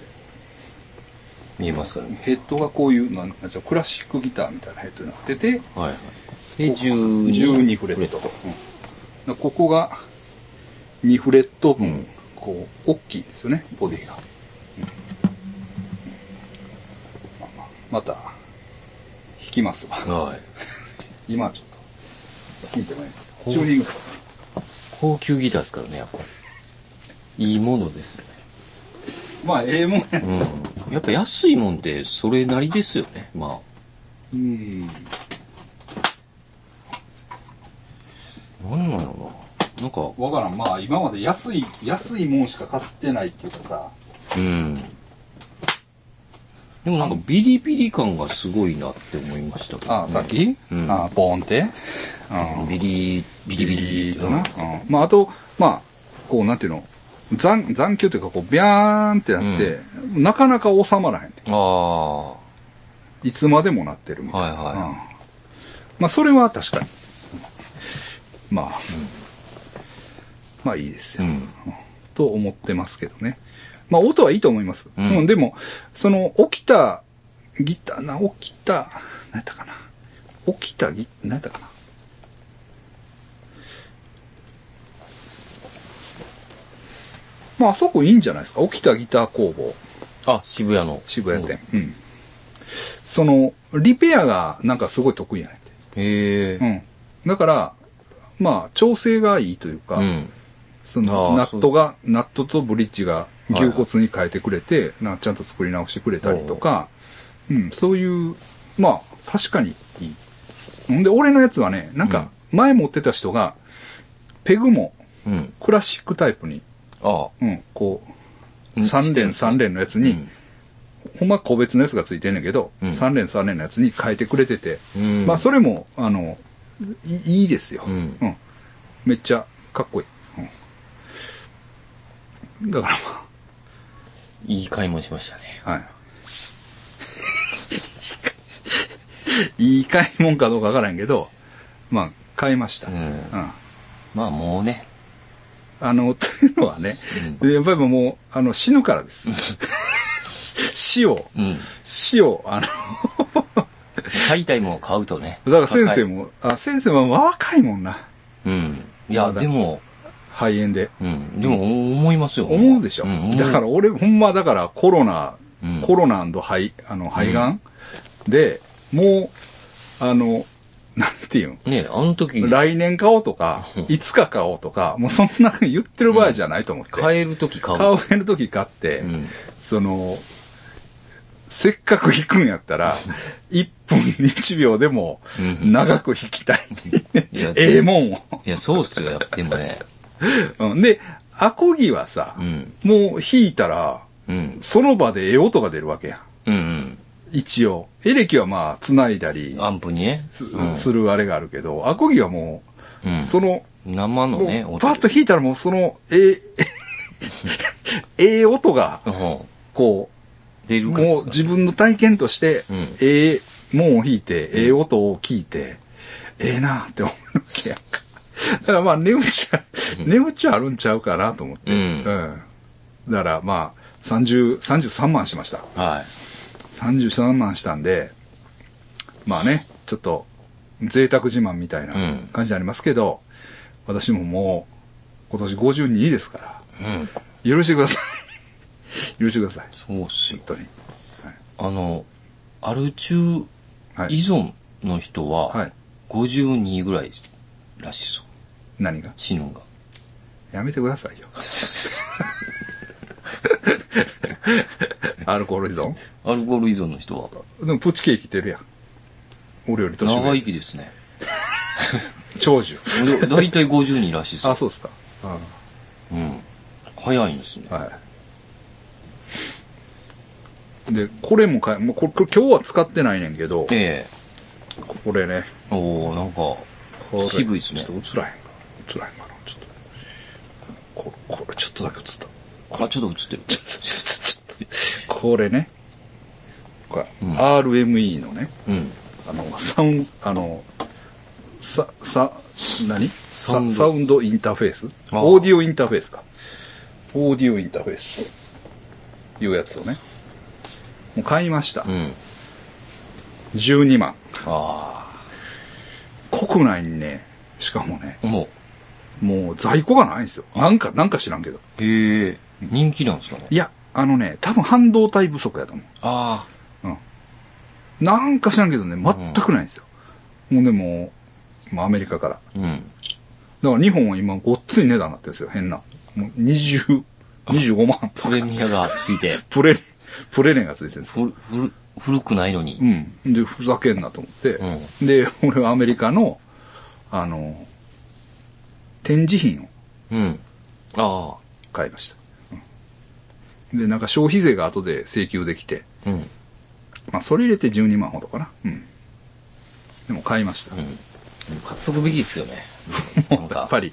見えますからね。ヘッドがこういう、なんなんちゃうクラシックギターみたいなヘッドになってて、はいはい。で、12。 12フレット。うん、ここが2フレット分、うんこう、大きいんですよね、ボディが。うんまた、弾きますわ。はい。今はちょっと、弾いてもいいチューニング。高級ギターですからね、やっぱり。いいものですね。まあ、ええもんや。うん。やっぱ安いもんって、それなりですよね。まうん。あ。なんなのな。なんか、わからん。まあ、今まで安い、安いもんしか買ってないっていうかさ、うん。でもなんかビリビリ感がすごいなって思いましたけどねあ、さっき、うんあ、ボーンって。うんビリ、ビリビリってとな。うん。まあ、あと、まあ、こう、なんていうの、残、残響というか、こう、ビャーンってなって、なかなか収まらへんて。ああ。はいつまでもなってるみいたいな。うんは。まあ、それは確かに。まあ、まあいいですい。うよ、ん。と思ってますけどね。まあ、音はいいと思います。ううんん、でも、その、起きた、ギターな、起きた、何やったかな。起きたギ、何やったかな。まあ、あそこいいんじゃないですか。起きたギター工房、あ、渋谷の。渋谷店。うん。その、リペアがなんかすごい得意やねんて。うん。へえう。ん。だから、まあ、調整がいいというか、うん。そあの、あナットが、ナットとブリッジが牛骨に変えてくれて、なんかちゃんと作り直してくれたりとか、うん、そういう、まあ、確かにいい。んで、俺のやつはね、なんか、前持ってた人が、ペグもうん。クラシックタイプに、ああ。うん、こう、うん3連3連のやつに、ほんま個別のやつがついてんねんけど、うん3連3連のやつに変えてくれてて、うん。まあ、それも、あの、いいいですよ。うんうん。めっちゃかっこいい。うん。だからまいい買い物しましたね。あ、はい。 いい買い物かどうかわからんけど、まあ、買いました。ううん。ん。まあもうね。あの、というのはね、でやっぱりもう、あの、死ぬか らです。死を、うん。死を、あの、買いたいものを買うとね。だから先生も、あ、先生は若いもんな。うん。いまや、だでも、肺炎で。うん。でも、思いますよ。思うでしょ、んだから、俺、ほんまだからコロナ、うんコロナ肺、あの、肺がん、で、もう、あの、なんていうん、ねあの時、来年買おうとか、いつか買おうとか、もうそんな言ってる場合じゃないと思って。買える時買う。買える時買って、うん。その、せっかく弾くんやったら、1分1秒でもうん長く弾きたいいや。ええもんを。いや、そうっすよ。やっぱでもね、うん、で、アコギはさ、うん。もう弾いたら、うん。その場でええ音が出るわけやん。うん一応。エレキはまあ、繋いだりうん。アンプにね。す、うんするあれがあるけど、アコギはもうう、ん。その、生のね、もう音パッと弾いたらもうその、え え、ええ音が、うんこ出う、るからもう自分の体験としてうん、ええ、門を弾いて、ええ音を聞いて、ええなって思うわけやんか。だからまあ、値打ちは、値打ちはあるんちゃうかなと思って。うんだからまあ、30、33万しました。は33万したんで、まあね、ちょっと、贅沢自慢みたいなうん感じになりますけど、私ももう、今年52ですから、い。うん。許してください。 許してください。そうっすよ本。当に。あの、アル中は依い。存の人は、はい52ぐらいらしいそう。何が死ぬんが。やめてくださいよ。 アルコール依存アルコール依存の人は。でも、プチケーキってるやん。俺より年長上生。きですね。長寿。だだいたい52らしいですあ、よ。そうですか。うんうん。早いんですね。はい。で、これもかい、もうこれこれ今日は使ってないねんけど、えこれね。えおおなんか、これ渋いですねちょっと映らへんか。映らへんかな。ちょっと。ここれ、ちょっとだけ映った。 あ、ちょっと映ってる。これね。これ、RME のね、うん。あの、サウンあの、さ、さ、何サウンドサウンドインターフェースあーオーディオインターフェースか。オーディオインターフェース。いうやつをね。もう買いました。うん。 12万。あ国内にね、しかもね、あ。ももう在庫がないんですよ。なんか、なんか知らんけど。う、へえ、人気なんですかね。いや、あのね、多分半導体不足やと思あう。うん。なんか知らんけどね、全くないんですよ。もうでも、まあアメリカから。あ。うん。だから日本は今ごっつい値段になってるんですよ、変な。もう20、25万とプレミアがついて、プレ、プレネがついてるんですよ。ふる、ふる、古くないのに。うん。で、ふざけんなと思って。うで、俺はアメリカの、あの、展示品をうん。あ買いました。うんで、なんか消費税が後で請求できて、あ。うん。まあそれ入れて12万ほどかな。うん。でも買いました。うん。買っとくべきですよね。なもん うやかっ、ぱり、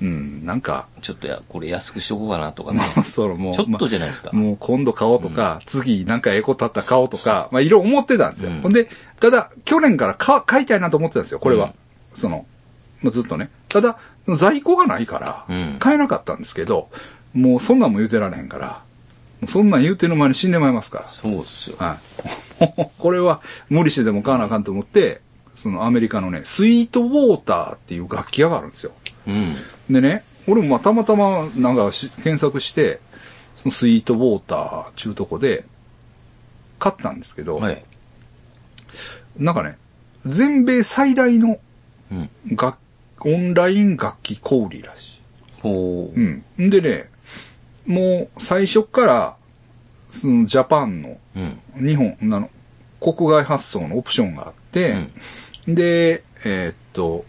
うん、なんか、 ちょっとや、これ安くしとこうかなとかねも。うそのもう、ちょっとじゃないですか。もう今度買おうとか、次なんかエコ立ったら買おう とか、まあいろいろ思ってたんですよ。うんほんで、ただ、去年からか買いたいなと思ってたんですよ、これは。その、まあ、ずっとね。ただ、在庫がないかうんら、買えなかったんですけど、もうそんなんも言うてられへんから、もうそんなん言うてる前に死んでまいますかそうっすよ。ら。はい。 もうこれは無理してでも買わなあかんと思って、そのアメリカのね、スイートウォーターっていう楽器屋があるんですよ。うん。でね、俺もまあたまたまなんかし検索して、そのスイートウォーターちゅうとこで買ったんですけど、はい。なんかね、全米最大のうん。楽オンライン楽器小売りらしほい。うん。んでね、もう最初から、そのジャパンのう。うん。日本、あの、国外発送のオプションがあっうてん、。で、えーっと、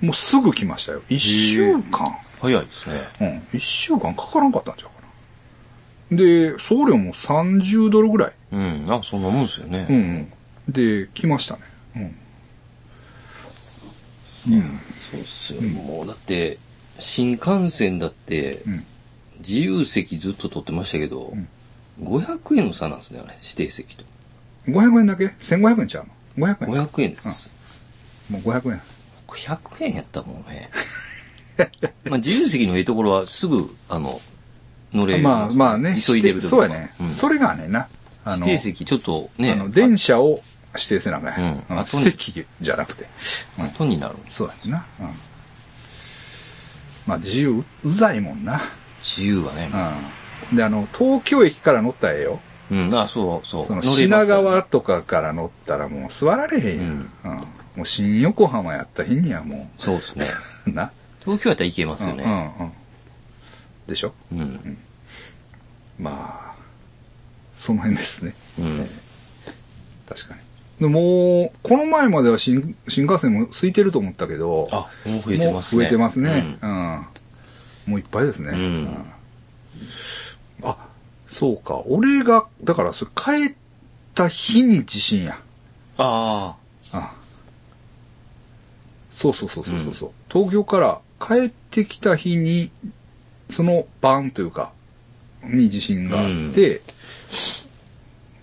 もうすぐ来ましたよ。一週間。早いですね。うん。一週間かからんかったんちゃうかな。で、送料も30ドルぐらい。うん。あ、そんなもんですよね。うん、うん。で、来ましたね。うん。そうっすよ、もうだって、新幹線だって、ん自由席ずっと取ってましたけど、500円の差なんですね、あれ、指定席と。 500円だけ ?1500 円ちゃうの ?500 円。 500円です。もう500円。 100円やったもんね。 まあ自由席のいいところはすぐ、あの、乗れる。まあまあね。急いでる指定時そうやね、うんそれがね、な。あ指の、定席ちょっとね、あの電車を指定せなあかんやん。うんうん後に席じゃなくて。あ後になる。そうやねんな。うん。まあ自由、うざいもんな。自由はね。うん。で、あの、東京駅から乗ったらええよ。うん、あ、そうそう。その乗れま品すからね川とかから乗ったらもう座られへんやん。ううんんもう新横浜やった日にはもそうですね。う、な。東京やったらいけますよね。うんうんうん。でしょうん。まあ、その辺ですね。うん。確かに。でもう、この前までは新新幹線も空いてると思ったけど、あもう増えてますねもう増えてますね。うん。もういっぱいですね。うんあ、そうか。俺が、だからそれ帰った日に地震や。ああそうそうそうそうそうそう、東京から帰ってきた日に、その晩というか、に地震があって、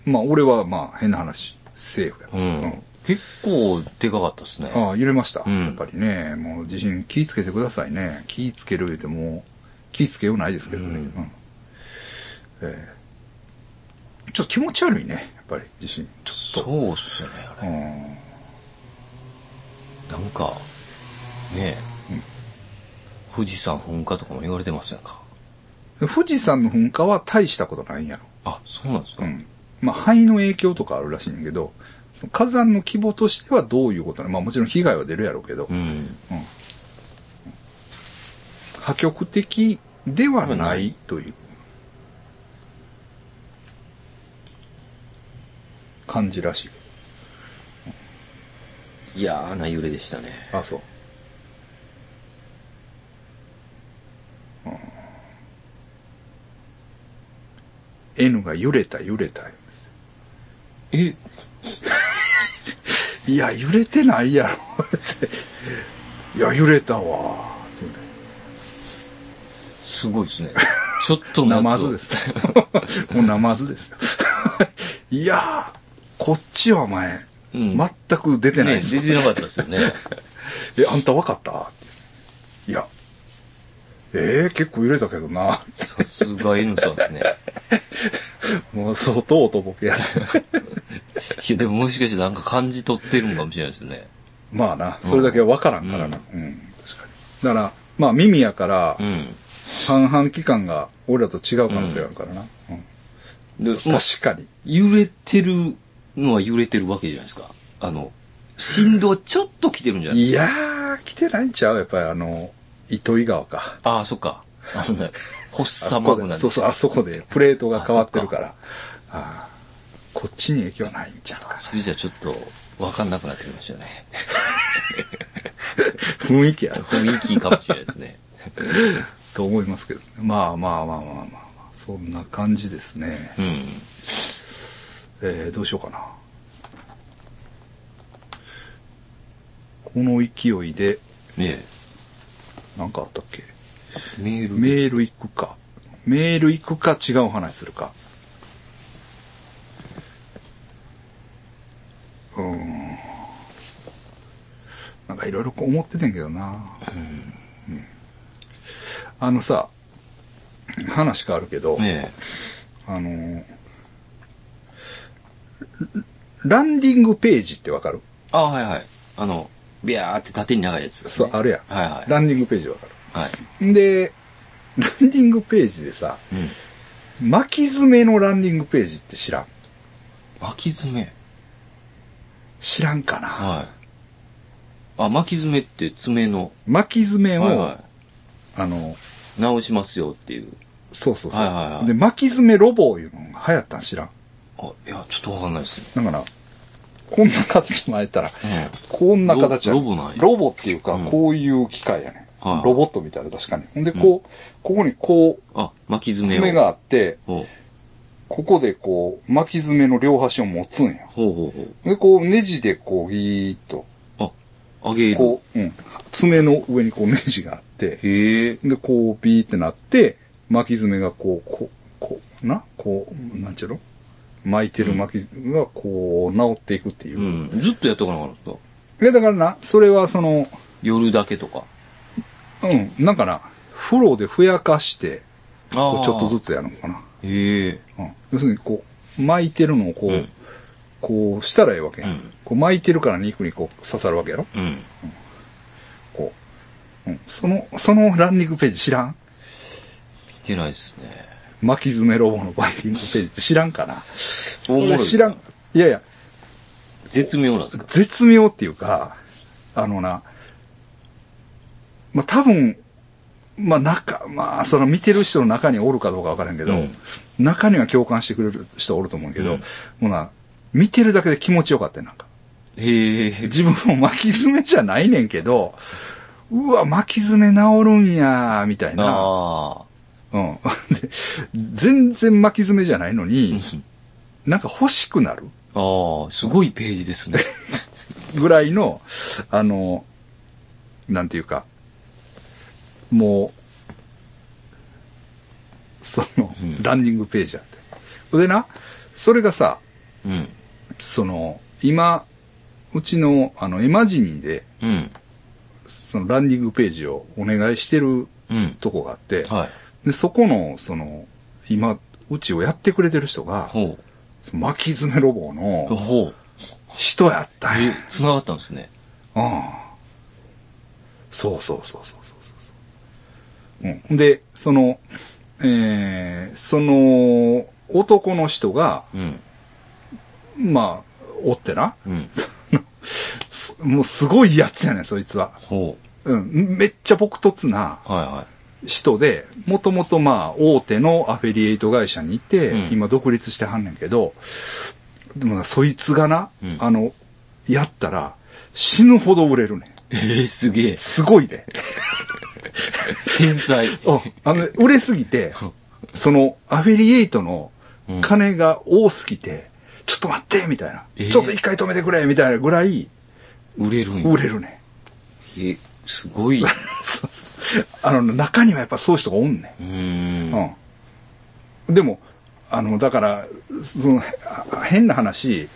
まあ俺はまあ変な話、セーフや。あ、うん、うん結構でかかったですね。ああ、揺れました、うんやっぱりね、もう地震気ぃつけてくださいね。気ぃつける言うても、気ぃつけようないですけどね。うんうんええちょっと気持ち悪いね、やっぱり地震。ちょっと。そうっすね、あうれ。んなんか、ねえ、富士山噴火とかも言われてませんか。富士山の噴火は大したことないんやろ。あ、そうなんですか。うん。まあ、灰の影響とかあるらしいんやけど、その火山の規模としてはどういうことなのまあもちろん被害は出るやろうけど、うん。破局的ではなないいという感じらしい。嫌な揺れでしたね。あ、そう。うん、N が揺れた揺れた言うんですよえ、いや揺れてないやろっていや揺れたわってねすごいです ね。ちょっとのやナつをマズで。す。 もうナマズですよ。いやー、こっちはお前、うん全く出てないねです、出てなかった ですよね。え、あんた分かったっていや、えー、結構揺れたけどな。 さすが N さんですね。もう相当と僕やる。 いや、でももしかしてなんか感じ取ってるのかもしれないですね。まあな、それだけは分からんからな。うん、確かに。だから、まあ耳やからう、ん。半々期間が俺らと違う可能性があるからな。うんで、まあ、確かに。揺れてるのは揺れてるわけじゃないですか。あの、振動はちょっと来てるんじゃないいやー、来てないんちゃうやっぱりあの、糸魚川か。ああ、そっか。あの ね、発あそ作マこグでなんそうで。そう、あそこでプレートが変わってるから。ああこっちに影響はないんちゃうかな。それじゃちょっと、わかんなくなってきましたね。雰囲気ある雰囲気かもしれないですね。と思いますけど、ね、まあまあまあまあまあ、まあ、そんな感じですね。うん。えー、どうしようかな。この勢いで、ねなんかあったっけえメールメール行くか。メール行くか違う話するか。うーん。なんかいろいろ思っててんけどな。うんあのさ、話変わるけど、ねあのーランディングページってわかるえ。ああ、はいはい。あの、ビャーって縦に長いやつですそね、う、あるやん。はいはい。ランディングページわかはい。る。で、ランディングページでさ、うん。巻き爪のランディングページって知らん巻き爪。知らんかな、はい。あ、巻き爪って爪の。巻き爪を、はいはあの、い。直しますよっていう。そうそうそう。はいはいはいで、巻き爪ロボいうのが流行ったん知らんあ、いや、ちょっとわかんないですだから、こんな形巻いたら、ね。こんな形やロロボなんやロボっていうか、うんこういう機械やね、はいロボットみたいな確かに。ほんで、こう、ここにこう、うん。あ、巻き爪を。爪があって、ほう。ここでこう、巻き爪の両端を持つんや。ほうほうで、こう、ネジでこう、ギーッと、ほう。あ、あげる。こう、うん、爪の上にこう、ネジがあって、へえ。で、こう、ビーってなって、巻き爪がこう、こう、こう、な、こう、なんちゃろ巻いてる巻き爪がこう、治っていくっていうう。ん。ずっとやっとかなかった。で、だからな、それはその、夜だけとか。うん、なんかな、風呂でふやかして、あこうちょっとずつ。つやるのかな。へえ。うん、要するにこう、巻いてるのをこう、うんこうしたらいいわけや、うんこう巻いてるから肉にこう刺さるわけやろうん。こう。うん、その、そのランニングページ知らん見てないっすね。巻き爪ロボのバンディングページって知らんかなおもろいそれ知らん。いやいや、絶妙なんですか絶妙っていうか、あのな、まあ、多分、まあ、中、まあ、その見てる人の中におるかどうかわからんけど、うん中には共感してくれる人おると思うけうど、んもうな、見てるだけで気持ちよかったよなんか。へえ。自分も巻き爪じゃないねんけど、うわ、巻き爪治るんや、みたいな。 ああ。うん。 で全然巻き爪じゃないのに、なんか欲しくなるああ、すごいページですね。ぐらいの、あの、なんていうか、もう、そのう、んランニングページあって。でな、それがさ、 うん。その、今、うちの、あの、エマジニーで、うん。その、ランディングページをお願いしてるうん。とこがあって、はい。で、そこの、その、今、うちをやってくれてる人が、ほ巻き爪ロボう。のほう。人やったんえや。、繋がったんですね。うん。そうそうそうそうそうそうそう。うん。で、その、えー、その、男の人が、うん。まあ、おってな、う ん。すもうすごいやつやねん、そいつは。ほうん。めっちゃ朴突なう。はいは人で、もともとまあ、大手のアフィリエイト会社にいて、うん今独立してはんねんけど、でもなそいつがな、うんあの、やったら、死ぬほど売れるねん。い。えー、すげえ。すごいね。天才。ああの、売れすぎて、その、アフィリエイトのうん金が多すぎて、ちょっと待ってみたいな。えーちょっと一回止めてくれみたいなぐらい、売れるんや売れるね。え、すごい。うそうそう。あの、中にはやっぱそういう人がおんねーん。ん。うん。でも、あの、だから、その、あ変な話、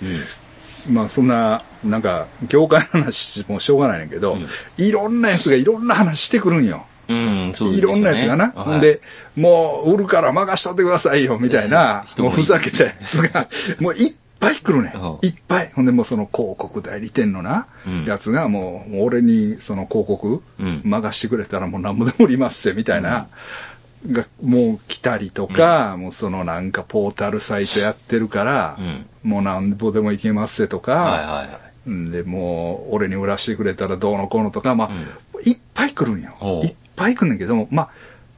まあそんな、なんか、業界の話もしょうがないねんけど、うんいろんなやつがいろんな話してくるんよ。うん。うん、そうでいすねろんなやつがな。はい、で、もう売るから任しとってくださいよ、みたいな、人ももういいふざけたやつ が、もういっぱい来るねうん。いっぱい。ほんでもうその広告代理店のなうん、やつがもう、もう俺にその広告うん任してくれたらもう何もでも売りますせ、みたいな。が、もう来たりとか、もうそのなんかポータルサイトやってるからうん、もう何ぼでもいけますせとはいか、はいはい。んで、もう、俺に売らしてくれたらどうのこうのとか、まあ、いっぱい来るんよほ。ういっぱい来るんだけども、まあ、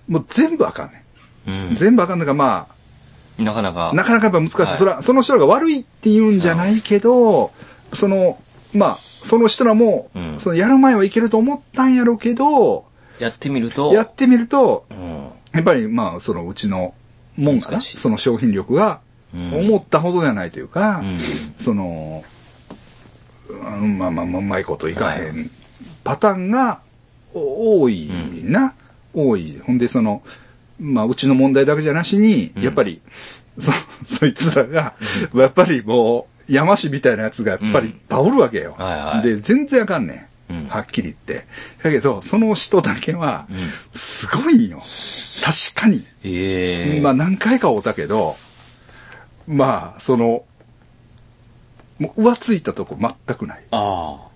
もう全部あかんねうんん。全部あかんのが、まなかなか。あ、なかなかやっぱ難しい。はいそれは、その人らが悪いって言うんじゃないけど、その、まあ、その人らも、うんそのやる前はいけると思ったんやろうけど、やってみると。やってみると、うん。やっぱりまあ、そのうちのもんかな、難しいその商品力が、うん思ったほどではないというか、うんその、うんまあまあまあ、うまいこといかへんパターンがお多いな、多い。ほんで、その、まあ、うちの問題だけじゃなしに、うんやっぱり、そ、 そいつらが、やっぱりもう、山師みたいなやつがやっぱうんり倒るわけよ。はいはいで、全然あかんねん。うんはっきり言って。だけど、その人だけは、すごいよ。確かに。ええまあ何回か会うたけど、まあ、その、もう浮ついたとこ全くない。あ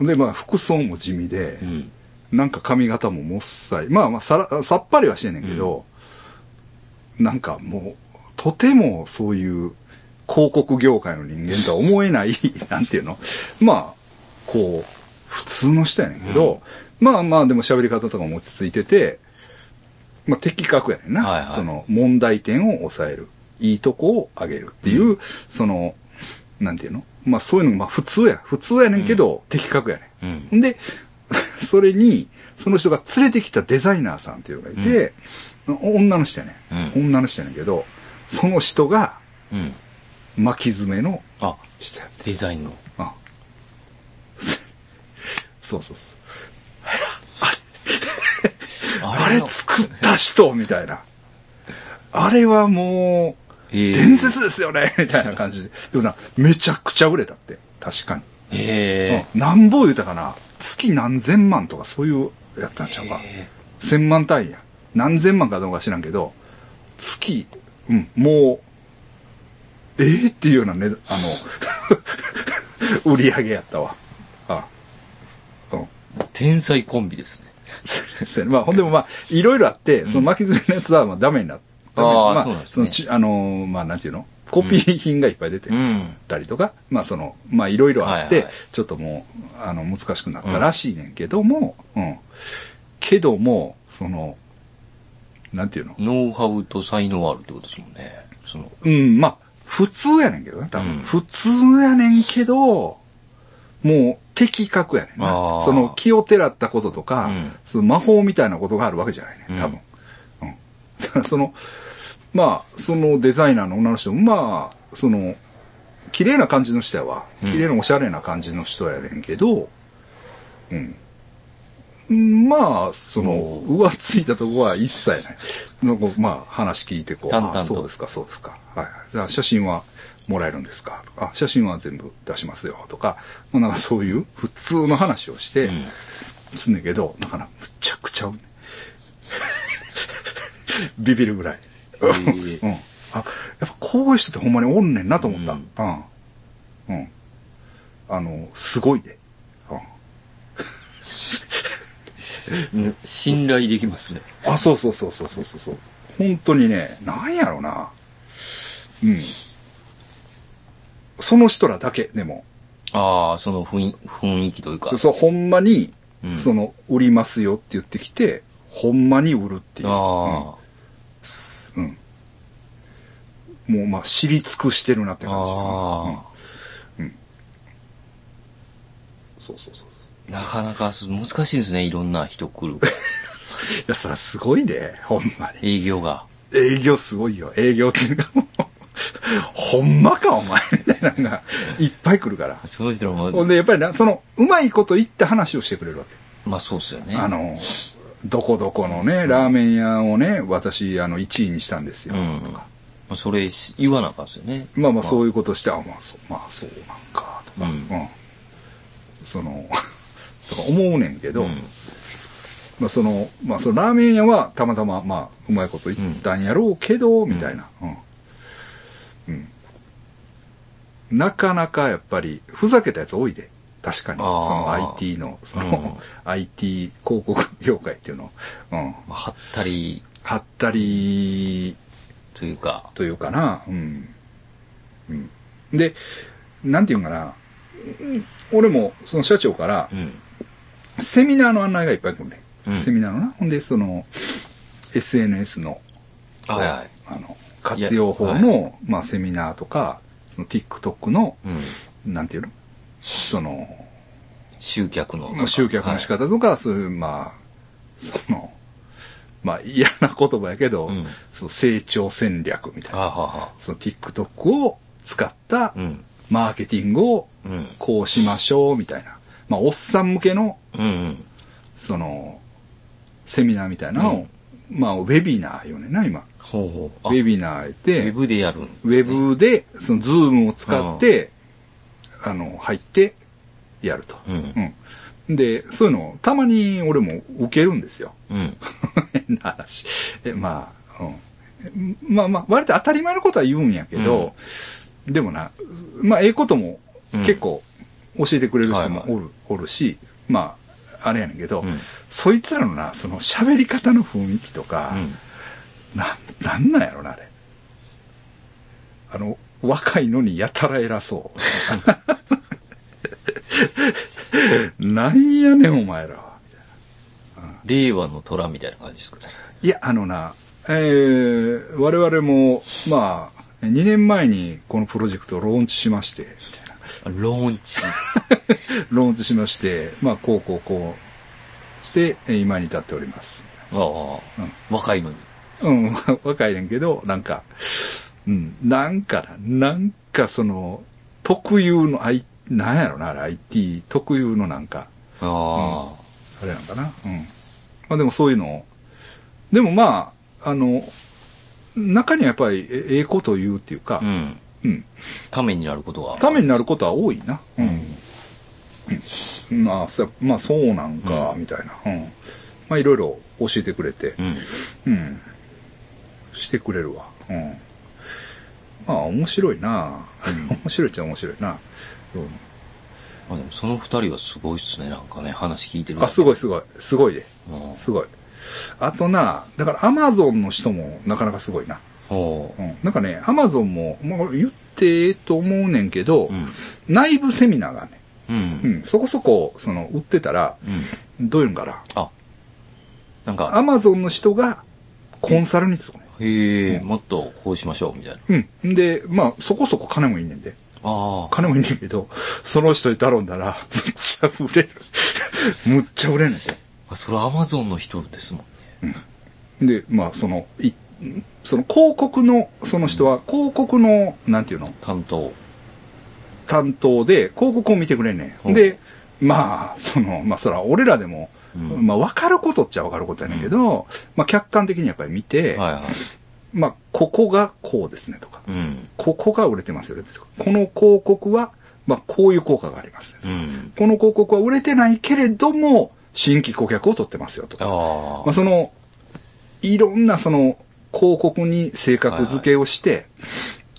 うん、で、まあ服装も地味であ。う、ん。なんか髪型ももっさい。まあまあさらさっぱりはしてんねんけど、なんかもう、とてもそういう広告業界の人間とは思えない、 なんていうのまあ、こう、普通の人やねんけど、まあまあでも喋り方とかも落ち着いてて、まあ的確やねんな。はいはいその問題点を抑える。いいとこを上げるっていう、その、なんていうのまあそういうのがまあ普通や。普通やねんけど、的確やねん。うん。で、 それに、その人が連れてきたデザイナーさんっていうのがいて、女の人やね、うんん。女の人やねんけど、その人がうん。巻き爪のあ、人やねデザインの。んあ そうそうそう。あれの作った人みたいな。あれはもう、ええ伝説ですよねみ たいな感じで。でもな、めちゃくちゃ売れたって。確かに。えうんなんぼ言うたかな。月何千万とかそういうやったんちゃうか。え千万単位や。何千万かどうか知らんけど、月、うん、もう、ええっていうようなね、あの、売 り上げやったわ。あうん。天才コンビですね。そうやねまあ、ほんでもまあ、いろいろあって、その巻き爪のやつはまあダメになった。あーまそうなんあ、ですそねのち、あのー、まあ、なんていうのコピー品がいっぱい出てる。うん。ったりとか、まあその、まあいろいろあって、はいはいちょっともう、あの、難しくなったらしいねんけども、うん。けども、その、なんていうのノウハウと才能あるってことですもんね。その、うん、まあ、普通やねんけどね、多分。うん普通やねんけど、もう的確やねんあな。ーその気をてらったこととか、うんその魔法みたいなことがあるわけじゃないね、多分。うん。 だからその、まあ、そのデザイナーの女の人も、まあ、その、綺麗な感じの人やわ。ん綺麗なおしゃれな感じの人やねんけど、うん。まあ、その、浮ついたとこは一切ない。なんかまあ、話聞いてこう、淡々とあそうですか、そうですか。はいはい。だから写真はもらえるんですかとか、あ写真は全部出しますよ、とか、まあなんかそういう普通の話をして、すんねんけど、だから、むちゃくちゃ、 ビビるぐらい。ーうん。あ、やっぱこういう人ってほんまにおんねんなと思った。ううんん。うん。あの、すごいで。うん。うん信頼できますね。あ、そうそうそうそうそうそうそう。本当にね、なんやろうな。うん。その人らだけ、でも。ああ、その雰囲雰囲気というか。そう、ほんまに、うんその、売りますよって言ってきて、ほんまに売るっていう。あうん。もう、まあ、知り尽くしてるなってあ、感じ。あうんそうそうそう。あ、なかなかす難しいですね、いろんな人 来る。いや、そらすごいで、ほんまに。営業が。営業すごいよ。営業っていうかもう、 ほんまか、お前みたいなのが、いっぱい来るから。その人らほも、んで、やっぱりな、その、うまいこと言った話をしてくれるわけ。まあそうっすよね。あの、どこどこのね、ラーメン屋をね、私、あの、1位にしたんですよ。うん。まあ、それし言わなあかんっすよね。まあまあ、う。そういうことして、あ、まあ、そう、まあ、そうなんか、とか、うんうんその、 とか思うねんけど、うんまあ、その、まあ、そのラーメン屋はたまたま、まあ、うまいこと言ったんやろうけど、みたいな。うん。うん。なかなかやっぱり、ふざけたやつ多いで。確かに。そあーの IT の、その、う IT 広告業界っていうの。うん。まあ、はったりはったりというか。というかな。うん。うん。で、なんていうんかな。うん俺も、その社長からう、ん。セミナーの案内がいっぱい来るね、うんセミナーのな。ほんで、その、SNS の、はいはい。あの、活用法の、まあ、セミナーとか、その TikTok の、うん。なんていうのその、集客の。まあ集客の仕方とか、そういう、まあ、その、まあ、嫌な言葉やけど、うんその成長戦略みたいはい、な。あははその TikTok を使ったうん。マーケティングをうん。こうしましょうみたいな。まあ、おっさん向けのうんうん。その、セミナーみたいなのを、まあ、ウェビナーよねんな、今。ほうほう。あウェビナーやって、ウェブでやるんですウねェブで、その、ズームを使って、あの、入って、やると。うんうんで、そういうのを、たまに俺も受けるんですよ。うん。 変な話。え、まあ、うん。まあまあ、割と当たり前のことは言うんやけど、でもな、まあ、ええこともうん結構教えてくれる人もおはいる,、おるし、まあ、あれやねんけど、うんそいつらのな、その喋り方の雰囲気とうか、ん。なん、なんなんやろな、あれ。あの、若いのにやたら偉 そう。なんやねん、お前らは。令和の虎みたいな感じですかね。いや、あのな、えー、我々も、まあ、2年前にこのプロジェクトをローンチしまして、みたいなローンチ。ローンチしまして、まあ、こうこうこうして、えー今に至っております。ああ、若いのに。うん、 まあ若いねんけど、なんか、うん、なんかな、なんかその、特有の、I、なんやろな、あれ IT 特有のなんか、ああれなんかな。うん。まあでもそういうのを。でもまあ、あの、中にはやっぱりえええことを言うっていうかあ。う、ん。うん。ためになることが。ためになることは多いな。う。うんん。まあ、そまあそうなんか、みたいな。うん。まあいろいろ教えてくれてう、ん。うん。してくれるわ。うん。まあ面白いな。 面白いっちゃ面白いな。うんまあでもその二人はすごいっすね。なんかね、話聞いてる。あ、すごいすごい。すごいで。うん。すごい。あとな、だからアマゾンの人もなかなかすごいな。ほうん。なんかね、アマゾンも、まあ言ってええと思うねんけど、う。うん。内部セミナーがね、う。うんん、そこそこ、その、売ってたら、うん。どういうんかな。あ、なんアか、マゾンの人が、コンサルにするね。へえ、もっとこうしましょう、みたいな。うん。んで、まあ、そこそこ金もいいねんで。ああ。金もいんねんけど、その人に頼んだら、むっちゃ売れる。 むっちゃ売れんねんて。まあそれアマゾンの人ですもんね。で、まあ、その、い、その広告の、その人は広告の、なんていうの担当。担当で広告を見てくれんねほん。うで、まあ、その、まあ、そら、俺らでも、うんまあ、わかることっちゃわかることやねんけど、まあ、客観的にやっぱり見て、はいはい。まあ、ここがこうですねとか、うん。ここが売れてますよねとか、この広告は、まあ、こういう効果があります。うん。この広告は売れてないけれども、新規顧客を取ってますよとか。あまあ、その、いろんなその、広告に性格付けをして、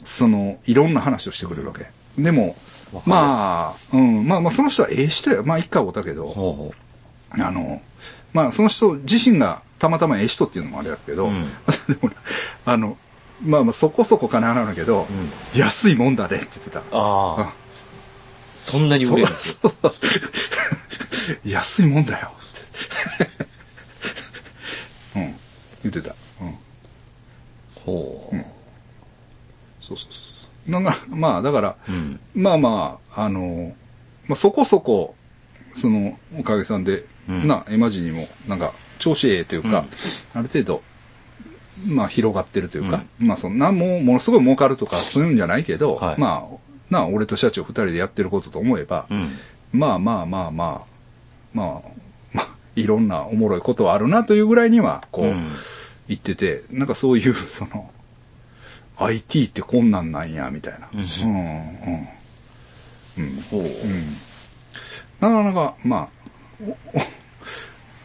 その、いろんな話をしてくれるわけ。でもわか、りまあ、うん、まあまあ、その人はええ人や。まあ、一回おったけあ。ど、ほうほあの、まあ、その人自身がたまたまええ人っていうのもあれだけど、うん でも、あの、まあまあ、そこそこ金払うんだけど、ん安いもんだねって言ってた。う。ああ。そんなに売それうるんですそうそう安いもんだよ ってうん言ってたうんほう。そうそうそうそうなんかまあだから、うん。まあまああの、まあ、そこそこそのおかげさんで、うんなエマジにもなんか調子ええというか、ある程度まあ広がってるというか、まあそんなもうものすごい儲かるとかそういうんじゃないけど、はいまあな俺と社長二人でやってることと思えば、うん。まあまあまあまあ、まあ、まあ、いろんなおもろいことはあるなというぐらいには、こう、うん言ってて、なんかそう いう、その、IT ってこんなんなんや、みたいな。うんうん、うん。ほう。なかなか、まあ、お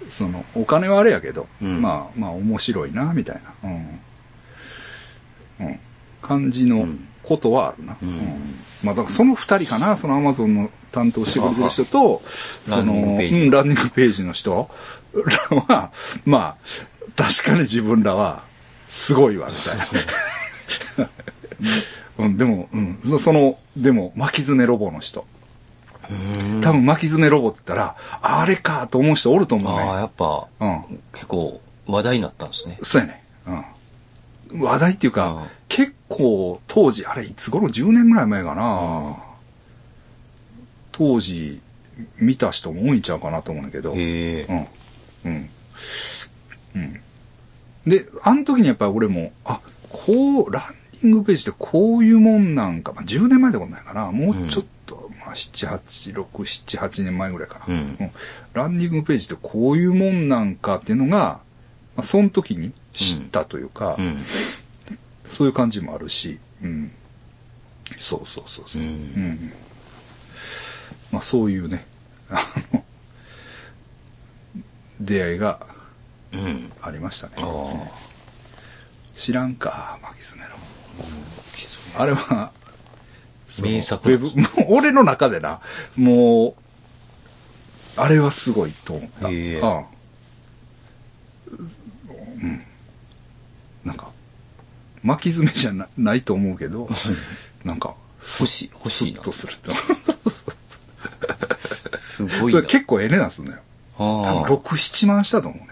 おその、お金はあれやけど、うんまあまあ面白いな、みたいな。うん。うん。感じのことはあるな。うんまあだからその二人かな、そのアマゾンの担当してくれてる人と、ラその、ンニングページうん、ランニングページの人 らは、まあ、確かに自分らは、すごいわ、みたいな。 うん、でも、うん、そその、でも、巻き爪ロボの人。うん。多分巻き爪ロボって言ったら、あれかと思う人おると思うああ、ね。やっぱ、うん。結構話題になったんですね。そうやね。うん。話題っていうか、うん結構当時、あれいつ頃 ?10 年ぐらい前かな。当時、見た人も多いんちゃうかなと思うんだけど。へえう。ん。うん。うん。で、あの時にやっぱり俺も、あ、こう、ランディングページってこういうもんなんか、まあ、10年前ってことないかな。もうちょっと、まあ、7、8、6、7、8年前ぐらいかな。うんランディングページってこういうもんなんかっていうのが、まあ、その時に知ったというか、うん。。そういう感じもあるし、うん。そうそうそうそうう。うんん。まあそういうね、あの、出会いがうん。ありましたね。ああ。知らんか、マキスメロ。きついあれは、その名作ウェブ、もう俺の中でな、もう、あれはすごいと思った。いえいえうん。うんなんか、巻き爪じゃなないと思うけど、なんか、す欲しい、欲しいっな。とすると。すごいそなれ。結構ええ値段すんのよ。多あ分6、7万したと思うね。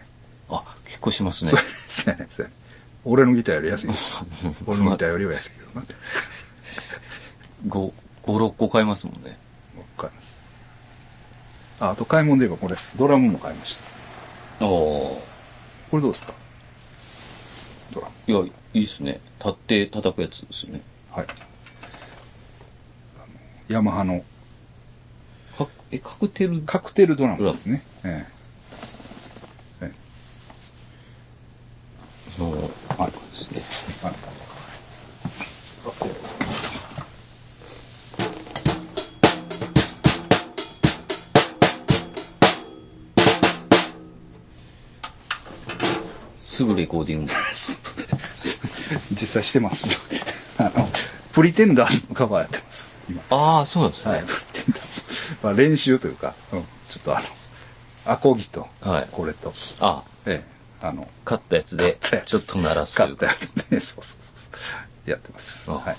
あ。あ、結構しますねそう。そうやね、そうやね。俺のギターよ り安い。俺のギターよりは安いけどな。わ5、5、6個買いますもんね。かります。あ、あと買い物で言えばこれ、ドラムも買いました。ああ。これどうですかドラム。いや、いいっすね。立って叩くやつですね。はい。あのヤマハのかえ、カクテルカクテルドラムですね。ええ。えのえ。はい。ですね。はい。すぐレコー ディング。実際してます。 あの、プリテンダーズのカバーやってます。今。ああ、そうなんですはい、ね。プリテンダー ズ。まあ練習というか、うん、ちょっとあの、アコギと、はいこれと、あええ、あの、買ったやつで買ったや、つちょっと鳴らすとい買っうたかや。つね、そうそうそうそう、やってます。あはい。